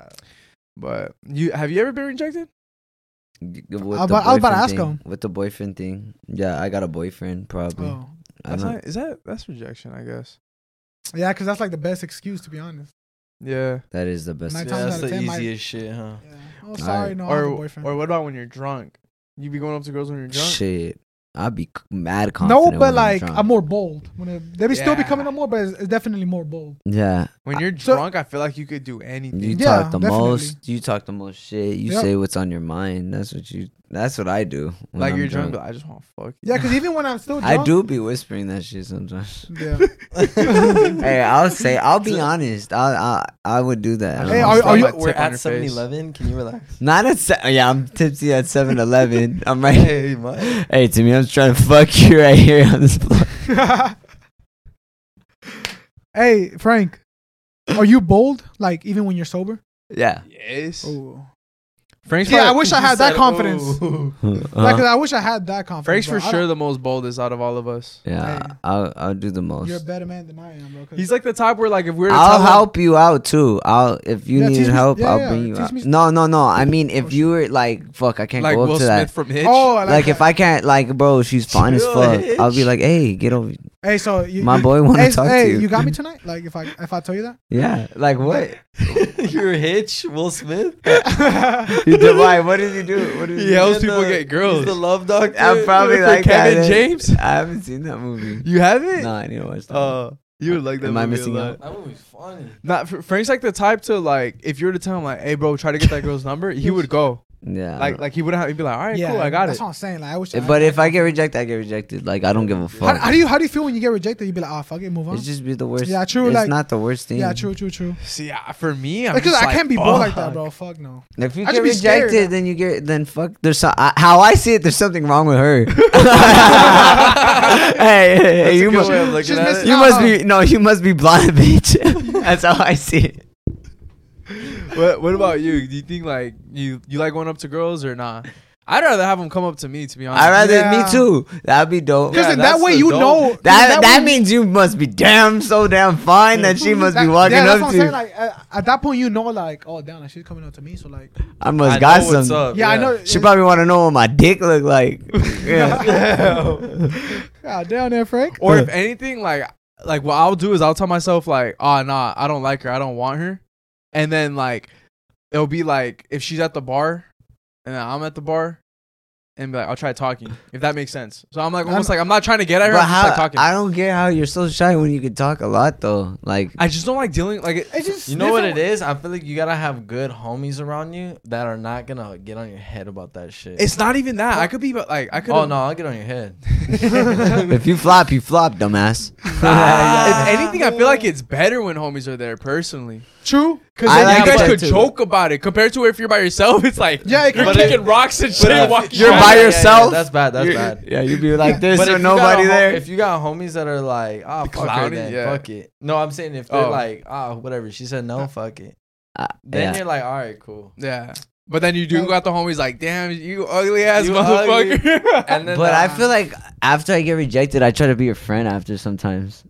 But you have you ever been rejected? With the about- I was about to boyfriend ask thing- him. with the boyfriend thing. Yeah, I got a boyfriend probably. Oh. I That's don't- not, is that that's rejection? I guess. Yeah, because that's like the best excuse to be honest. Yeah. that is the best. Nine Yeah, times out that's of the ten, my- easiest shit, huh? Yeah. Oh, sorry, no, I have a or boyfriend. or what about when you're drunk? You be going up to girls when you're drunk. Shit, I'd be c- mad confident. no, but when like I'm, I'm, drunk. more bold. When it, they be still be Yeah. coming up more, but it's, it's definitely more bold. yeah. When you're So- drunk, I feel like you could do anything. You Yeah, talk the definitely. most. You talk the most shit. You Yep. say what's on your mind. That's what you. That's what I do. when like I'm you're drunk, but I just want to fuck you. Yeah, because even when I'm still, drunk, I do be whispering that shit sometimes. Yeah. hey, I'll say. I'll be honest. I I I would do that. Hey, I'm are- honest. are you- Like, Tip We're on at your face. 7-Eleven. Can you relax? Not at se- yeah, I'm tipsy at 7-Eleven. I'm right. Hey, hey, my. Timmy, I'm trying to fuck you right here on this block. hey, Frank, are you bold? Like even when you're sober? Yeah. Yes. Oh, Frank's Yeah, I probably- wish I he had that said, confidence. "Ooh." like Uh-huh. 'cause I wish I had that Frank's confidence. bro. for I sure don't- the most boldest out of all of us. Yeah, Hey. I'll I'll do the most. You're a better man than I am, bro. 'cause- He's like the type where like if we were to I'll tell him- help you out too. I'll if you Yeah, need teach me- help, yeah, I'll yeah, bring you teach out. me- No, no, no. I mean, Oh, if shit. you were like, fuck, I can't like go up Will to Smith that. from Hitch. oh, I Like, like, if I can't, like, bro, she's fine as fuck. I'll be like, hey, get over. Hey, so you, My you- boy want Hey, to talk hey, to you. you got me tonight? Like if I if I tell you that? Yeah, like what? You're Hitch, Will Smith. You did- Why? What did you do? What did you He helps He's the- people get girls. He's the love doctor. I'm probably For like that, Kevin eh? James? I haven't seen that movie. You haven't? No, I didn't watch that. Oh. Uh, you would like that. Am I movie a missing lot. out? That movie's funny. Not Fr- Frank's like the type to like if you were to tell him like, "Hey, bro, try to get that girl's number," he would go. yeah. Like, like he would have. He'd be like, "All right, yeah, cool, I got that's it." what I'm saying. Like I wish. but if I get rejected, I get rejected. Like I don't give a how, fuck. how do you how do you feel when you get rejected? You be like, oh fuck it, move on. It's just be the worst. Yeah, true, It's like- not the worst thing. yeah, true, true, true. See, I, for me, I'm Because just I like, can't be bold like "Fuck." that, bro. Fuck no. If you I'd get be scared. rejected, then you get then fuck. There's some, I, how I see it. There's something wrong with her. hey, hey, hey, That's a you, good must, way of looking She's at missing it. you out, must huh? be no, you must be blind, bitch. That's how I see it. What, what about you? Do you think like you you like going up to girls or not? Nah? I'd rather have them come up to me. To be honest, I rather Yeah. me too. That'd be dope. Because Yeah, then that that's way the you dope. know That way that, you- means you must be damn so damn fine that she must be That- walking yeah, that's up what to. I'm saying. you. Like at, at that point, you know, like oh damn, like, she's coming up to me, so like I I must know got what's some. up, Oh, yeah, I know. She it's- probably want to know what my dick look like. Yeah. God ah, damn there, Frank. or if anything, like like what I'll do is I'll tell myself like, oh nah, I don't like her, I don't want her, and then like it'll be like if she's at the bar, and then I'm at the bar, and be like I'll try talking if that makes sense. So I'm like almost like I'm not trying to get at her, but I'm just how, like talking. I I, don't get how you're so shy when you can talk a lot though. Like just don't like dealing like it. It's just You know what it is? I feel like you gotta have good homies around you that are not gonna get on your head about that shit. It's not even that. I could be like I could. oh no, I'll get on your head. if you flop, you flop, dumbass. If anything, I feel like it's better when homies are there personally. True. Cause I then like you guys that could too. joke about it compared to if you're by yourself. It's like Yeah, it you're could- kicking rocks and shit. walking You're around. by yourself? that's bad. That's You're- bad. Yeah, you'd be like, there's But no if you got nobody a hom- there. If you got homies that are like, ah, fuck her, Clowny, then yeah. fuck it. No, I'm saying if they're Oh. like, ah, whatever. She said no, fuck it. Uh, Then yeah. you're like, all right, cool. Yeah, But then you do got the homies like, damn, you ugly ass You ugly. motherfucker. And then But uh, I feel like after I get rejected, I try to be your friend after sometimes.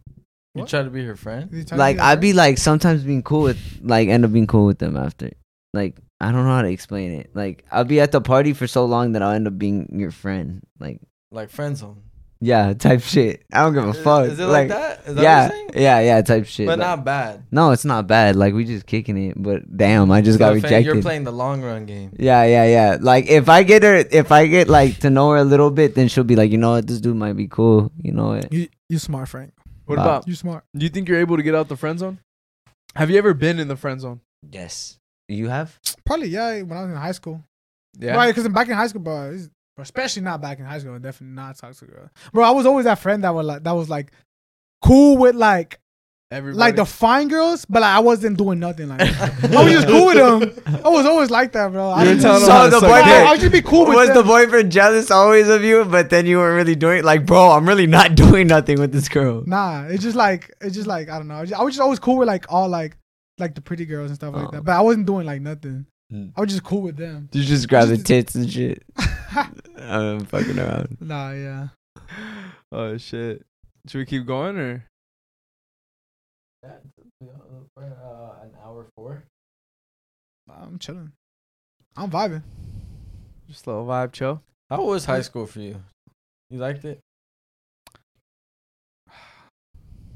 you try to be her friend. You trying to Like that I'd be friend? like sometimes being cool with like end up being cool with them after. Like I don't know how to explain it. Like I'll be at the party for so long that I'll end up being your friend. Like Like friend zone. yeah, type shit. I don't give a Is, fuck. is it like, that? Is that yeah, what you're saying? yeah, yeah, type shit. But Like- not bad. no, it's not bad. Like we just kicking it, but damn, I just got You're playing- rejected. You're playing the long run game. Yeah, yeah, yeah. Like if I get her, if I get like to know her a little bit, then she'll be like, you know what, this dude might be cool. You know it. you, you smart, Frank. What Wow. about? You smart. Do you think you're able to get out the friend zone? Have you ever been in the friend zone? Yes. You have. Probably yeah. When I was in high school, Yeah. Right, because back in high school, bro, it's- bro, especially not back in high school, definitely not toxic, bro. Bro, I was always that friend that was like, that was like, cool with like, Everybody. like the fine girls, but like, I wasn't doing nothing. Like, I was just cool with them. I was always like that, bro. I You were was telling just, them how to So the suck I, I, dick. I would boyfriend just be cool with was the them. boyfriend jealous always of you, but then you weren't really doing it. Like, bro, I'm really not doing nothing with this girl. nah, it's just like it's just like I don't know. I, was just, I was just always cool with like all like like the pretty girls and stuff like Oh. that, but I wasn't doing like nothing. Hmm. I was just cool with them. You just grab the tits and shit. I'm fucking around. Nah, yeah. oh shit. Should we keep going or? an hour four. I'm chilling. I'm vibing. Just a little vibe chill. How was high school for you? You liked it?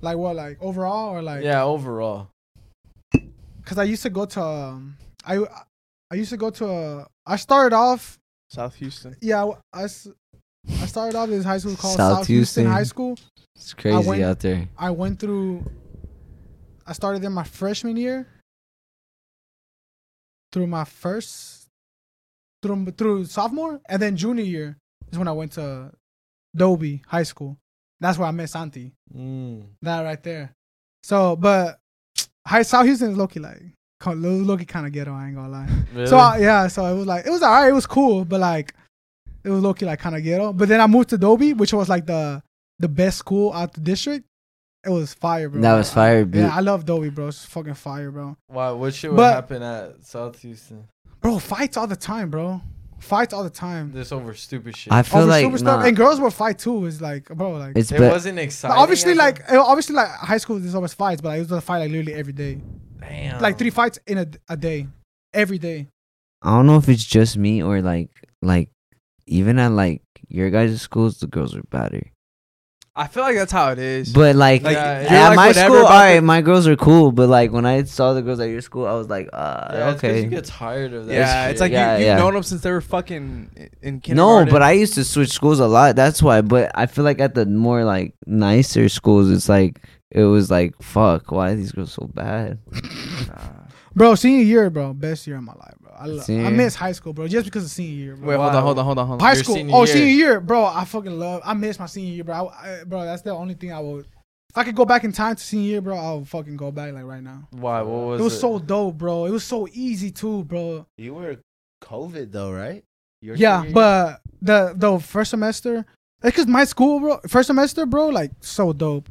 Like what? Like overall or like? yeah, overall. because I used to go to um, I I used to go to a, I started off South Houston. yeah I, s- I started off in this high school called South South, Houston. Houston. High School. It's crazy went- out there. I went through I started there my freshman year through my first through through sophomore and then junior year is when I went to Dobie High School. That's where I met Santi. Mm. That right there. So, but high South Houston is Loki like Loki kind of ghetto. I ain't gonna lie. So I, yeah, so it was like it was alright, it was cool, but like it was low key like kind of ghetto. But then I moved to Dobie, which was like the the best school out the district. It was fire, bro. That was fire, bro. Yeah, I love Dobie, bro. It's fucking fire, bro. Why? What shit would But- happen at South Houston? Bro, fights all the time, bro. Fights all the time. This over stupid shit. I feel Over like super stuff. nah, And girls will fight too. Is like, bro, like it's it be- wasn't exciting. obviously as a- like obviously like high school there's always fights, but like, it was a fight like literally every day. damn. Like three fights in a, a day. Every day. I don't know if it's just me or like like even at like your guys' schools, the girls are better. I feel like that's how it is. But like, Like, Yeah, at you're like my whatever school, all about right, the- my girls are cool. But like when I saw the girls at your school, I was like, uh, yeah, it's 'cause okay. You get tired of that. yeah, shit. it's like Yeah, you, you've yeah. known them since they were fucking i- in No, kindergarten. but I used to switch schools a lot. That's why. But I feel like at the more like nicer schools, it's like it was like fuck. Why are these girls so bad? Bro, senior year, bro, best year of my life, bro. I, lo- I Senior. miss high school, bro, just because of senior year. Bro. Wait, hold on, hold on, hold on, hold on. high your school, senior oh year. senior year, bro, I fucking love. I miss my senior year, bro. I, I- bro, that's the only thing I would. If I could go back in time to senior year, bro, I would fucking go back like right now. Why? What was it was so dope, bro. It was so easy too, bro. You were COVID though, right? Your yeah, senior year? but the the first semester, like, cause my school, bro, first semester, bro, like so dope,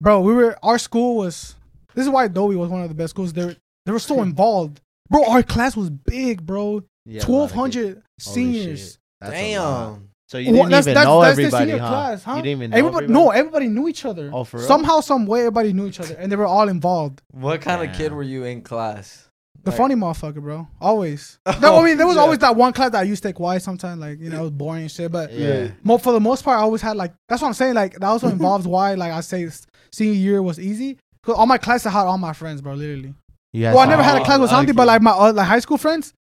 bro. We were our school was. This is why Adobe was one of the best schools. They were, they were so involved, bro. Our class was big, bro. Yeah, a lot of Twelve kids. hundred Holy shit. seniors. That's a lot. Damn. So you Well, didn't that's- even that's- know that's the everybody, senior huh? class, huh? You didn't even know Everybody, everybody. no, everybody knew each other. Oh, for real? Somehow, some way, everybody knew each other, and they were all involved. What kind of kid Yeah. were you in class? The Like- funny motherfucker, bro. Always. Oh, No, I mean, there was yeah. always that one class that I used to take Y sometimes, like you know, it was boring and shit. But Yeah. mo- for the most part, I always had like that's what I'm saying. Like that also involves why, like I say, s- senior year was easy. Cause all my classes I had all my friends, bro. Literally. You had well, I some- never had a Oh, class with lucky. Santi, but like my uh, like high school friends,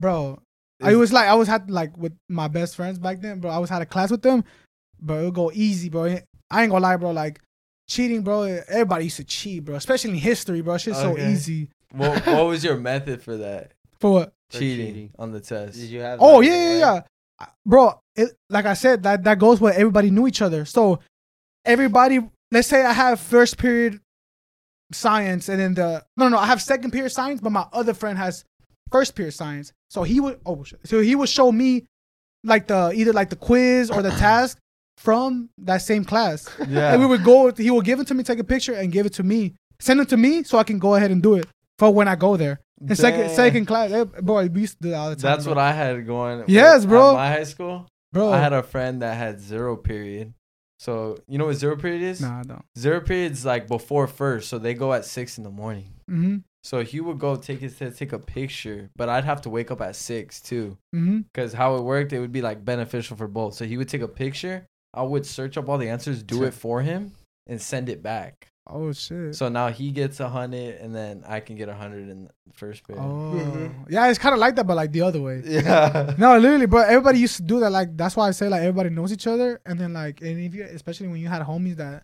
bro. I Is- was like I always had like with my best friends back then, bro. I always had a class with them, bro. It'll go easy, bro. I ain't gonna lie, bro. Like cheating, bro. Everybody used to cheat, bro. Especially in history, bro. Shit's so Okay. easy. What, what was your method for that? For what? For Cheating, cheating. on the test. Did you have? Oh like, yeah, yeah, like- yeah, Uh, bro. It, like I said, that that goes where everybody knew each other. So everybody, let's say I have first period science, and then the no, no, I have second period science, but my other friend has first period science. So he would oh, shit. so he would show me like the either like the quiz or the task from that same class, yeah. and we would go. He would give it to me, take a picture, and give it to me, send it to me, so I can go ahead and do it for when I go there. In second Damn. second class, eh, boy, we used to do that all the time. That's what I had going. Yes, bro. At my high school, bro. I had a friend that had zero period. So you know what zero period is? nah, I don't. Zero period's like before first, so they go at six in the morning. Mm-hmm. So he would go take his take a picture, but I'd have to wake up at six too. Mm-hmm. Because how it worked, it would be like beneficial for both. So he would take a picture. I would search up all the answers, do it for him, and send it back. Oh shit. So now he gets a hundred, and then I can get a hundred in the first period. Oh. Yeah, it's kind of like that, but like the other way. Yeah. No, literally, but everybody used to do that. Like that's why I say like everybody knows each other, and then like and if you especially when you had homies that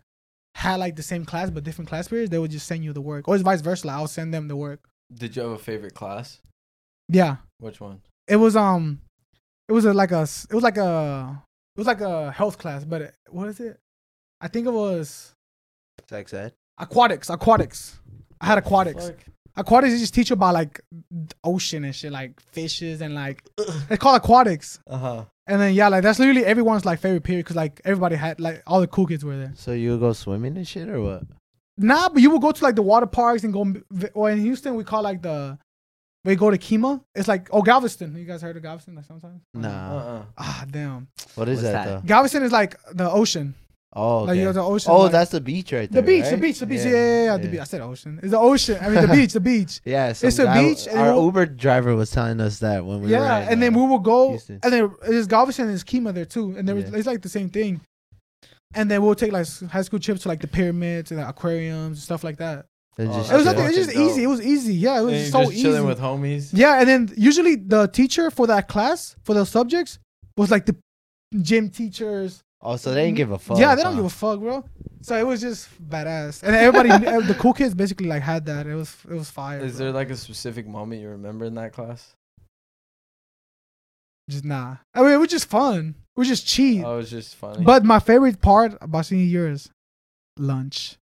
had like the same class but different class periods, they would just send you the work, or it's vice versa. Like, I'll send them the work. Did you have a favorite class? Yeah, Which one? it was um, it was a, like a s- it was like a it was like a health class, but it, what is it? I think it was Sex ed. aquatics. Aquatics. I had aquatics. Fuck. Aquatics is just teach you about like ocean and shit, like fishes and like it's called aquatics. Uh huh. And then yeah, like that's literally everyone's like favorite period because like everybody had like all the cool kids were there. So you go swimming and shit or what? Mm-hmm. Nah, but you would go to like the water parks and go. m- v- Or in Houston, we call like the we go to Kima. It's like oh Galveston. You guys heard of Galveston like sometimes? Uh Nah. uh Uh-uh. Ah damn, What is that, What's that? though? Galveston is like the ocean. Oh, Like you okay. know the ocean. oh, like- that's the beach right there. the beach, the right? beach, the beach. Yeah, yeah, yeah. yeah, The beach. I said ocean. It's the ocean. I mean the beach, the beach. Yeah, some It's a guy- beach and Our we'll- Uber driver was telling us that when we were yeah, in, and then uh, we will go, Houston. and then there's Galveston and there's Kima there too, and there was Yeah. it's like the same thing. And then we'll take like s- high school trips to like the pyramids and the aquariums and stuff like that. and Oh, just It was Yeah. nothing. It was just Fucking dope. easy. It was easy. Yeah, it was And so you're just easy. chilling with homies. Yeah, and then usually the teacher for that class for those subjects was like the gym teachers. oh, so they didn't give a fuck. yeah, they don't huh? give a fuck, bro. So it was just badass, and everybody, the cool kids basically like had that. It was it was fire. Is bro. there like a specific moment you remember in that class? just nah? I mean, it was just fun. It was just cheap. Oh, it was just funny. But my favorite part about senior year is lunch.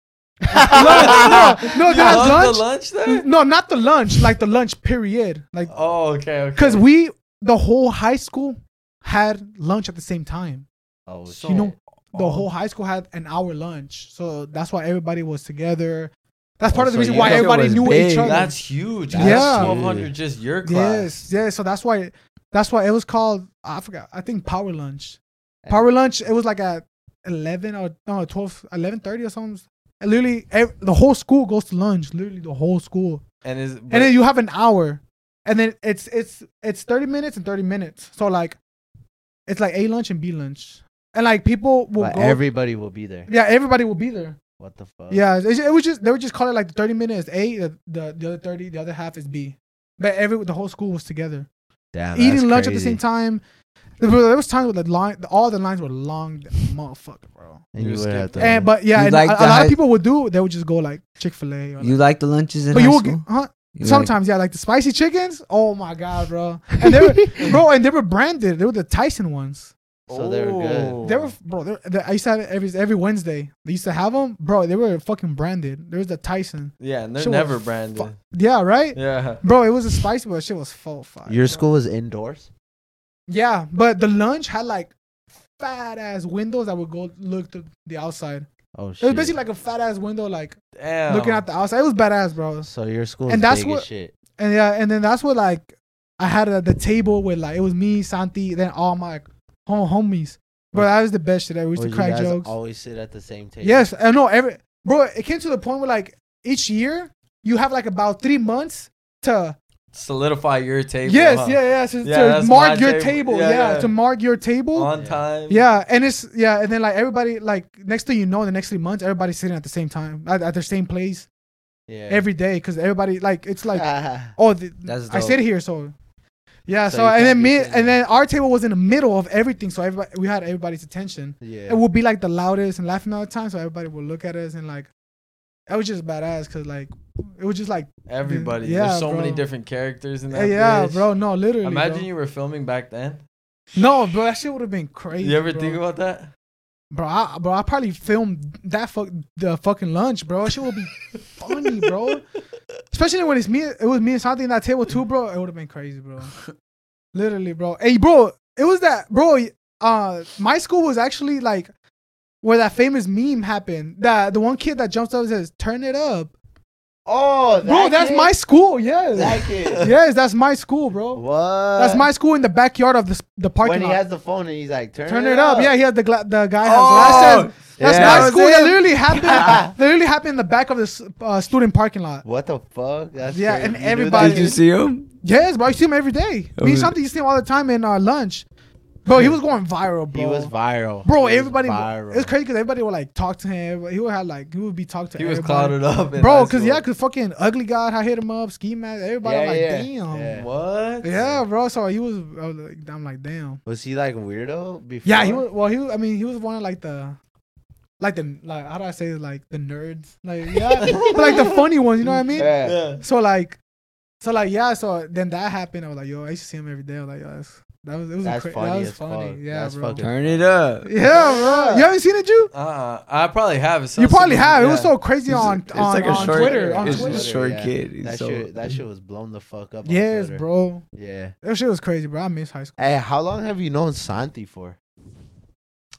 lunch no, no, you not love lunch. the lunch there? No, not the lunch. Like the lunch period. Like Oh, okay, okay. because we the whole high school had lunch at the same time. Oh, So- you know, the Oh. whole high school had an hour lunch, so that's why everybody was together. That's Oh, part of the so reason you why guys everybody was knew big. each other. that's huge. Yeah. That's 1200 just your class. yes, yes. So that's why that's why it was called. I forgot. I think power lunch. Power lunch. It was like at eleven or no 12, 11.30 or something. And literally, ev- the whole school goes to lunch. Literally, the whole school. And is but, and then you have an hour, and then it's it's it's thirty minutes and thirty minutes. So like, it's like A lunch and B lunch, and like people will But go. everybody will be there. yeah, everybody will be there. What the Uh. fuck? Yeah, it, it was just they would just call it like the thirty minutes A, the, the the other thirty, the other half is B, but every the whole school was together Damn, that's eating lunch at the crazy. same time. There were- there was times where the line, all the lines were long, the motherfucker, bro. And You you would skip have to. that. And Eh, but yeah, You and like a, a the lot high- of people would do. They would just go like Chick Fil A. You like the lunches in but high you will get school? huh? You like- sometimes yeah, like the spicy chickens. Oh my god, bro! And they were, bro, and they were branded. They were the Tyson ones. so they were good. They were bro. They, they, I used to have it every every Wednesday. They used to have them, bro. They were fucking branded. There was the Tyson. Yeah, and they're Shit was never fu- branded. Yeah, right. yeah. Bro, it was a spicy, but shit was full fire. Your bro. school was indoors. Yeah, but the lunch had like fat ass windows that would go look to the outside. Oh shit. It was basically like a fat ass window, like Damn. looking at the outside. It was badass, bro. So your school was And that's big what- as shit. And yeah, and then that's what like I had at the table with like it was me, Santi, then all my home homies. Bro, that was the best shit. I used to Or you crack guys jokes. Always sit at the same table. Yes, I know every bro. It came to the point where like each year you have like about three months to solidify your table. yes, huh? yeah, yeah, to, Yeah, to that's my mark your table. table, Yeah, yeah, yeah. to mark your table. On time. Yeah, and it's yeah, and then like everybody like next thing you know, the next three months, everybody's sitting at the same time at, at their same place Yeah. every day because everybody like it's like Ah, oh the, That's I dope. sit here so yeah So so, you and can't then be me sitting and there. then our table was in the middle of everything so everybody we had everybody's attention. yeah. It would be like the loudest and laughing all the time so everybody would look at us and like that was just badass because like it was just like Everybody. Yeah, There's so many bro. different characters in that. yeah bitch. bro no literally Imagine bro. you were filming back then. no bro that shit would have been crazy You ever bro. think about that? Bro, I, bro, I probably filmed that fuck the fucking lunch, bro. Shit would be funny, bro. Especially when it's me, it was me and Santi in that table too, bro. It would have been crazy, bro. Literally, bro. Hey, bro, it was that, bro. Uh, my school was actually like where that famous meme happened. That the one kid that jumps up and says, "Turn it up," Oh, that Bro, that's kid? my school. Yes. That kid. yes, that's my school, bro. What? That's my school in the backyard of the s- the Uh, When parking he lot. has the phone and he's like, turn, Turn it up. Yeah, he had the gla- the guy has Oh, glasses. That's yeah. my That school. was That him. literally happened. that literally happened in the back of this uh, student parking lot. What the fuck? That's Yeah, crazy. and You knew that everybody- Did you see him? Yes, bro. I see him every day. Me and Shanti used to see him all the time in our lunch. Bro, he was going viral, bro. He was viral. Bro, He was everybody. viral. It was crazy because everybody would like talk to him. He would have like he would be talked to. He was everybody. clouded up. in Bro, high because school. yeah, because fucking ugly god, I hit him up, ski mask. Everybody Yeah, like, yeah. damn. Yeah. Yeah. What? bro. So he was. I was like, I'm like, damn. Was he like weirdo before? Yeah, he was. Well, he. Was, I mean, he was one of like the, like the like how do I say it? like the nerds like yeah, but, like the funny ones. You know what I mean? Yeah. So like, so like yeah. So then that happened. I was like, yo, I used to see him every day. I was like, yo, that's, that was it was a That's cra- funny That was as fuck. funny. Yeah, That's bro. fucking- Turn it up. Yeah, bro. You haven't seen it, you? Uh, I probably have. It's You not probably something- have. It was yeah. so crazy on Uh-uh. it's on, like a on short- Twitter. On it's Twitter. just short kid. He's That so- shit, that shit was blown the fuck up. on Yes, Twitter. bro. Yeah. That shit was crazy, bro. I miss high school. Hey, how long have you known Santi for?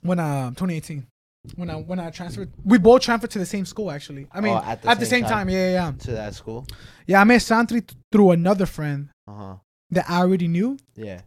When um 2018, when I when I transferred, we both transferred to the same school actually. I mean, Oh, at the same, time. Yeah, yeah, yeah. To that school. Yeah, I met Santri th- through another friend Uh huh. that I already knew Yeah.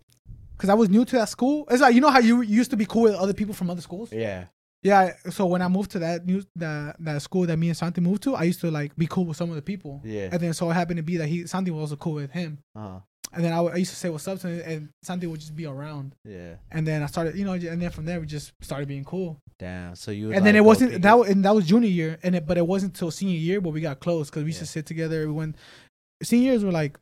because I was new to that school. It's like you know how you used to be cool with other people from other schools. Yeah. Yeah, so when I moved to that new that that school that me and Santi moved to, I used to like be cool with some of the people. Yeah. And then so it happened to be that he Santi was also cool with him. Uh huh. And then I, would- I used to say what's up to him, and Santi would just be around. Yeah. And then I started, you know, and then from there we just started being cool. Damn. So you. would, And then like, it go wasn't pick that, up- wa- and that was junior year, and it, but it wasn't till senior year, but we got close because we used to Yeah. sit together. We went senior years were like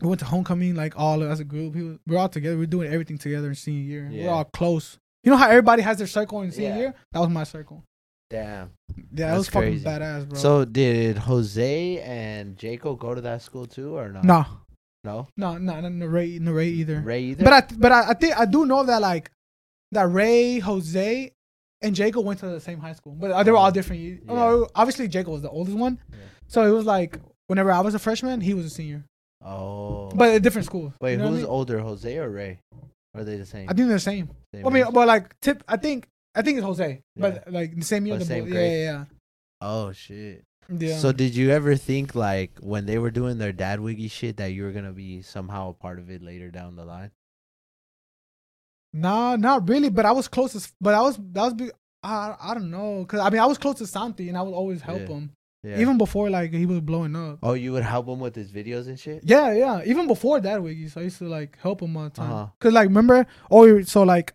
we went to homecoming like all as a group. We were, we were all together. We were doing everything together in senior year. We Yeah. We're all close. You know how everybody has their circle in senior Yeah. year? That was my circle. Damn. Yeah, That's that was crazy. fucking badass, bro. So did Jose and Jaco go to that school too, or no? no, No. no, no, no, no Ray, no Ray either. Ray either. But I, th- but I, I think I do know that like that Ray, Jose, and Jacob went to the same high school, but uh, they were all different. ye- Yeah. oh, obviously, Jacob was the oldest one, so it was like whenever I was a freshman, he was a senior, oh. but at different schools. wait, you know what I who's mean? older, Jose or Ray? Or Are they the same? I think they're the same. same I mean, age? but like tip, I think I think it's Jose, but like the same year, But the same bo- yeah, grade. yeah, oh shit. yeah. yeah. So did you ever think like when they were doing their dad wiggy shit that you were gonna be somehow a part of it later down the line? Nah, not really. But I was closest. But I was that was. Be, I I don't know, cause I mean I was close to Santi, and I would always help Yeah. him, Yeah. even before like he was blowing up. oh, you would help him with his videos and shit. Yeah, yeah. Even before that, Wiggy, so I used to like help him all the time. Uh-huh. Cause like remember, oh, so like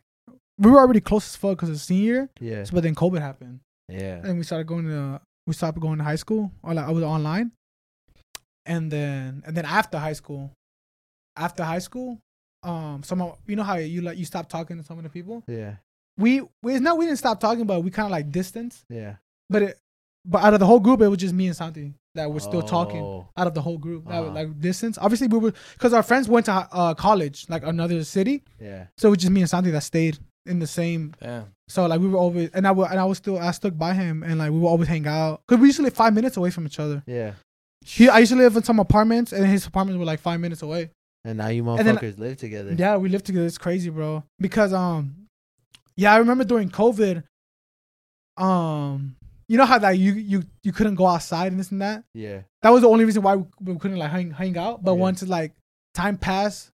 we were already close as fuck because of senior. Yeah. So, but then COVID happened, Yeah. and we started going to we stopped going to high school. Or like I was online, and then and then after high school, after high school, um, somehow you know how you like you stop talking to some of the people. Yeah. We, we it's not we didn't stop talking, but we kind of like distance. Yeah. But it, but out of the whole group, it was just me and Santi that were still talking Oh, out of the whole group that Uh-huh. like distance obviously we were because our friends went to uh, college like another city Yeah. so it was just me and santi that stayed in the same Damn. so like we were always and i wa- and i was still i stuck by him and like we would always hang out because we usually live five minutes away from each other Yeah. he, i used to live in some apartments and his apartments were like five minutes away And now you then- motherfuckers live together. yeah we lived together it's crazy bro because um yeah i remember during covid um you know how like you you you couldn't go outside and this and that Yeah. that was the only reason why we, we couldn't like hang, hang out. But Yeah. once like time passed,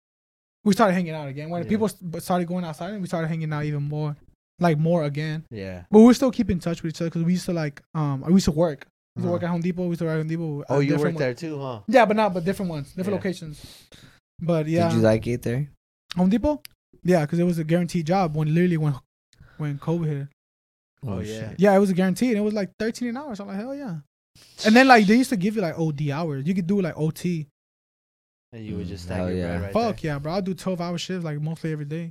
we started hanging out again. When Yeah. people s- b- started going outside, and we started hanging out even more, like more again. Yeah. But we still keep in touch with each other because we used to like um we used to work. We used to Uh-huh. work at Home Depot. We used to work at Home Depot. Oh, at you different worked ones. there too, huh? Yeah, but not but different ones, different Yeah. locations. But yeah, Did you like it there? Home Depot. Yeah, because it was a guaranteed job when literally when when COVID hit. Oh, yeah. Yeah, it was a guarantee, and it was like thirteen an hour. So I'm like, hell yeah. And then like they used to give you like OD hours. You could do like OT. And you would just Mm, stack hell your yeah. bread right Fuck yeah, bro. I do 12 hour shifts like mostly every day.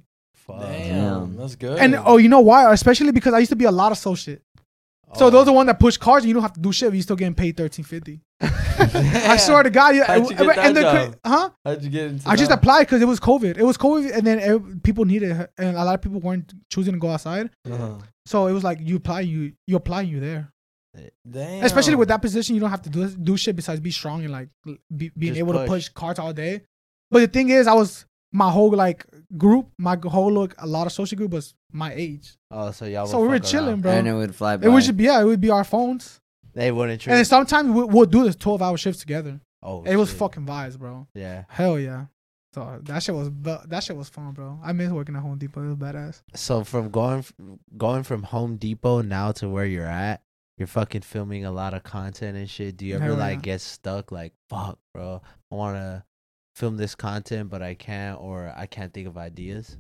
there. Fuck. Damn. Damn. That's good. And oh, you know why? Especially because I used to be a lot of soul shit. Oh. Oh. So those are one that push cars and you don't have to do shit, but you're still getting paid 1350. I swear to God, yeah. How'd you get and the that cra- job? huh? How'd you get into I just that? applied because it was COVID. It was COVID, and then ev- people needed, it, and a lot of people weren't choosing to go outside. Uh-huh. So it was like you apply, you you apply, you there. Damn. Especially with that position, you don't have to do do shit besides be strong and like be, being Just able to push. push carts all day. But the thing is, I was my whole like group, my whole look, a lot of social group was my age. Oh, so y'all. So would we were fuck chilling, around. bro. And it would fly by. It would just be yeah, it would be our phones. They wouldn't treat. And then sometimes we, we'll do this 12 hour shifts together. oh, it was shit. fucking vibes, bro. Yeah. Hell yeah. So that shit was bu- that shit was fun, bro. I miss working at Home Depot. It was badass. So from going f- going from Home Depot now to where you're at, you're fucking filming a lot of content and shit. Do you ever Hell like yeah. get stuck? Like fuck, bro. I want to film this content, but I can't, or I can't think of ideas.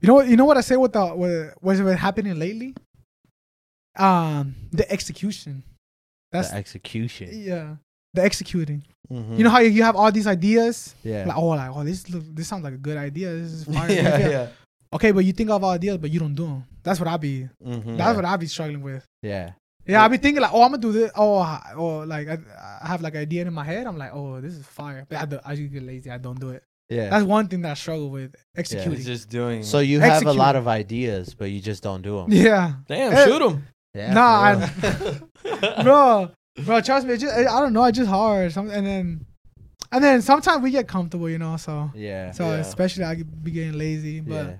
You know what? You know what I say? What the what what's been happening lately? Um, the execution. That's the execution. yeah, the executing. Mhm. You know how you, you have all these ideas, Yeah. like oh, like oh, this look, this sounds like a good idea. This is fire. yeah. Yeah. Okay, but you think of ideas, but you don't do them. That's what I be. Mhm. That's what I be struggling with. Yeah. Yeah, I be thinking like, oh, I'm gonna do this. Oh, I- or like I, I have like idea in my head. I'm like, oh, this is fire. But I, do, I just get lazy. I don't do it. Yeah. That's one thing that I struggle with executing. He's just doing. So you have a Execute. lot of ideas, but you just don't do them. yeah. damn, Eh. shoot him. Yeah, Nah, for I- real. bro, bro, trust me. It just, I don't know. It's just hard. Some, and then, and then sometimes we get comfortable, you know. So, yeah. so Yeah. especially I could be getting lazy, but yeah.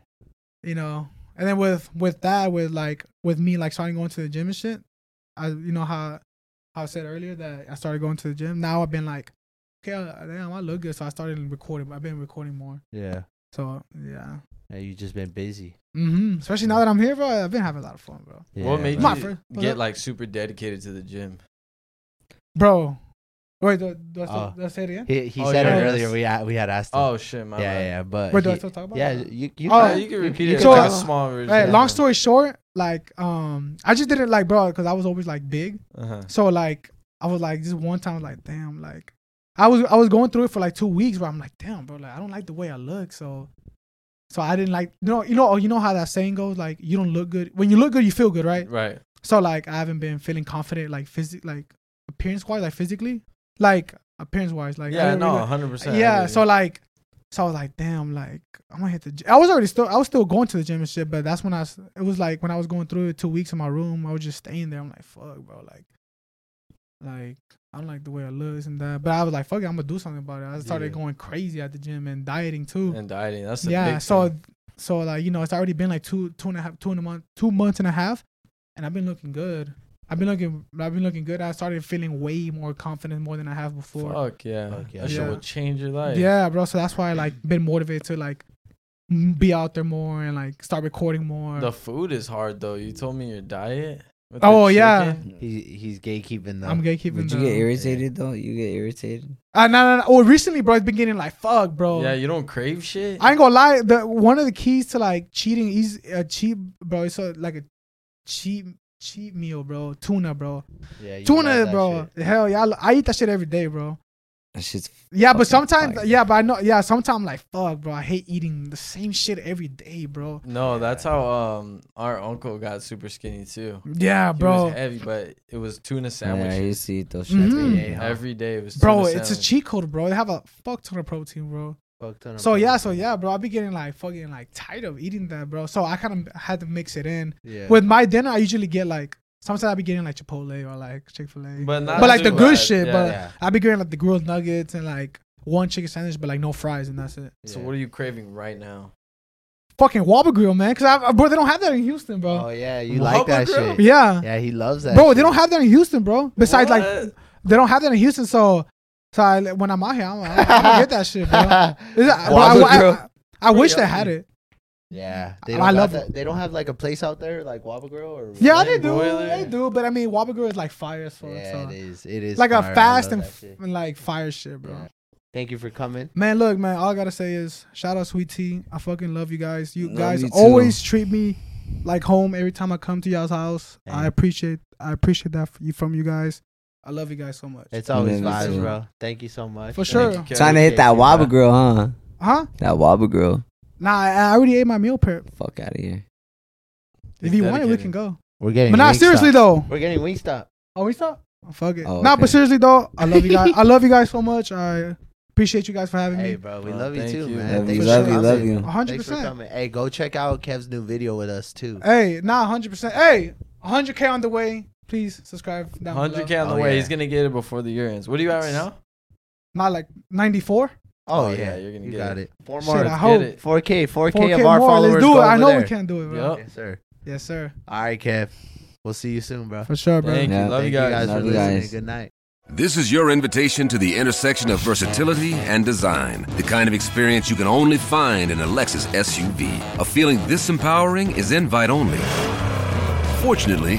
you know. And then with with that, with like with me like starting going to the gym and shit, I you know how how I said earlier that I started going to the gym. Now I've been like, okay, uh, damn, I look good, so I started recording. I've been recording more. Yeah. So yeah. Yeah, you just been busy. hmm Especially now that I'm here, bro. I've been having a lot of fun, bro. Yeah, what made bro. My you friend- get like super dedicated to the gym? Bro, wait, do, do, I, still, Oh. do I say it again? He, he Oh, said yeah. it earlier. We a- we had asked him. Oh shit, my yeah, yeah, bad. yeah, but Wait, do I he- still talk about? yeah, that? you you Oh, Oh, can- you can repeat you it. can So- like a talk- small version. Hey, long story short, like um, I just didn't like, bro, because I was always like big. Uh-huh. So like, I was like, just one time, like, damn, like, I was I was going through it for like two weeks, where I'm like, damn, bro, like, I don't like the way I look, so, so I didn't like, you know, you know, oh, you know how that saying goes, like, you don't look good when you look good, you feel good, right? Right. So like, I haven't been feeling confident, like, physic, like, appearance wise, like physically, like appearance wise, like, I yeah, didn't no, really- 100%. yeah I so like so i was like damn like i'm gonna hit the gym. i was already still i was still going to the gym and shit but that's when i s- it was like when i was going through it two weeks in my room i was just staying there i'm like fuck bro like like i don't like the way i look and that but i was like fuck it i'm gonna do something about it i started Yeah. going crazy at the gym and dieting too and dieting. That's the yeah Big so thing. so like you know it's already been like two two and a half two and a month two months and a half and i've been looking good i've been looking i've been looking good i started feeling way more confident more than i have before Fuck yeah. Fuck yeah. That shit Yeah. will change your life. yeah, bro. So that's why I like been motivated to like m- be out there more and like start recording more. The food is hard though. You told me your diet. with the Oh, yeah. chicken. he he's gatekeeping though. I'm gatekeeping. Would you the- get irritated though? You get irritated. Uh, no, no, no. Oh, recently, bro, it's been getting like fuck, bro. Yeah, you don't crave shit. I ain't gonna lie. The one of the keys to like cheating is a cheap, bro. It's a, like a cheap cheap meal, bro. Tuna, bro. yeah, you love Tuna, that bro. shit. Hell yeah, I, lo- I eat that shit every day, bro. That shit's Yeah, but Fucking sometimes, fire. yeah, but I know, yeah, sometimes I'm like fuck, bro. I hate eating the same shit every day, bro. no, that's how um our uncle got super skinny too. Yeah, He bro. was heavy, but it was tuna Yeah, I sandwiches used to eat those Mhm. shits. Every day, huh? every day. It was Bro, tuna it's a sandwich. cheat code, bro. They have a fuck ton of protein, bro. Fuck ton of So yeah, money. so yeah, bro. I be getting like fucking like tired of eating that, bro. So I kind of had to mix it in. yeah. With my dinner, I usually get like sometimes I be getting like Chipotle or like Chick Fil A, But not but like too the good bad. shit. Yeah, but yeah. I be getting like the grilled nuggets and like one chicken sandwich, but like no fries and that's it. So Yeah. what are you craving right now? Fucking Whopper Grill, man, because I bro they don't have that in Houston, Oh bro. yeah, you like Whopper that Grill? shit. yeah. Yeah, he loves that. bro, shit. they don't have that in Houston, bro. Besides, like What? they don't have that in Houston, so so I, when I'm out here, I'm, I'm, gonna get that shit, bro. Is that- bro, I, Whopper I- Grill. I wish they had it. yeah, they Mm. I don't got love that. They don't have like a place out there like Wobble Grill or Yeah, Flame they do. broiler. They do, but I mean, Whopper Grill is like fire as fuck. so. Yeah, it is. It is It's like a fire. I fast love and, that f- shit. and like fire shit, bro. Yeah. Thank you for coming. Man, look, man, all I gotta say is shout out Sweet Tea. I fucking love you guys. You Love guys you too. always treat me like home every time I come to y'all's house. I Hey. appreciate I appreciate that f- you from you guys. I love you guys so much. It's always Yeah, vibes, too. bro. Thank you so much. For Thank sure. you, Trying to hit that Appreciate you, wobble bro. girl, huh? Huh? That wobble girl. Nah, I, I already ate my meal prep. Fuck out of here. If He's you want it, we dedicated. can go. We're getting. But not Wingstop. seriously though. We're getting Wingstop. Oh, we stop. Oh, fuck it. Oh, Nah, but okay. seriously though, I love you guys. I love you guys so much. I appreciate you guys for having Hey, me. bro, we Oh, love you thank too, you. man. Love Thanks you, for love you, coming. love you. hundred Thanks for percent. Eh? coming. Hey, go check out Kev's new video with us too. Hey, nah, hundred percent. Hey, hundred k on the way. Please subscribe. down below. 100k on the Oh, way. yeah. He's gonna get it before the year ends. What are you at right now? Not like ninety four. Oh, Oh, yeah, yeah, you're gonna you get got it. it. Four Shit, more. I hope. it. 4K, 4K, 4K of our more. followers. Let's do go it. I over know there. we can't do it, bro. Yup. Yes, sir. Yes, sir. All right, Kev. We'll see you soon, bro. For sure, bro. Thank you. Yeah. Love you Thank guys. for Love you listening. guys. Good night. This is your invitation to the intersection of versatility and design, the kind of experience you can only find in a Lexus SUV. A feeling this empowering is invite only. Fortunately,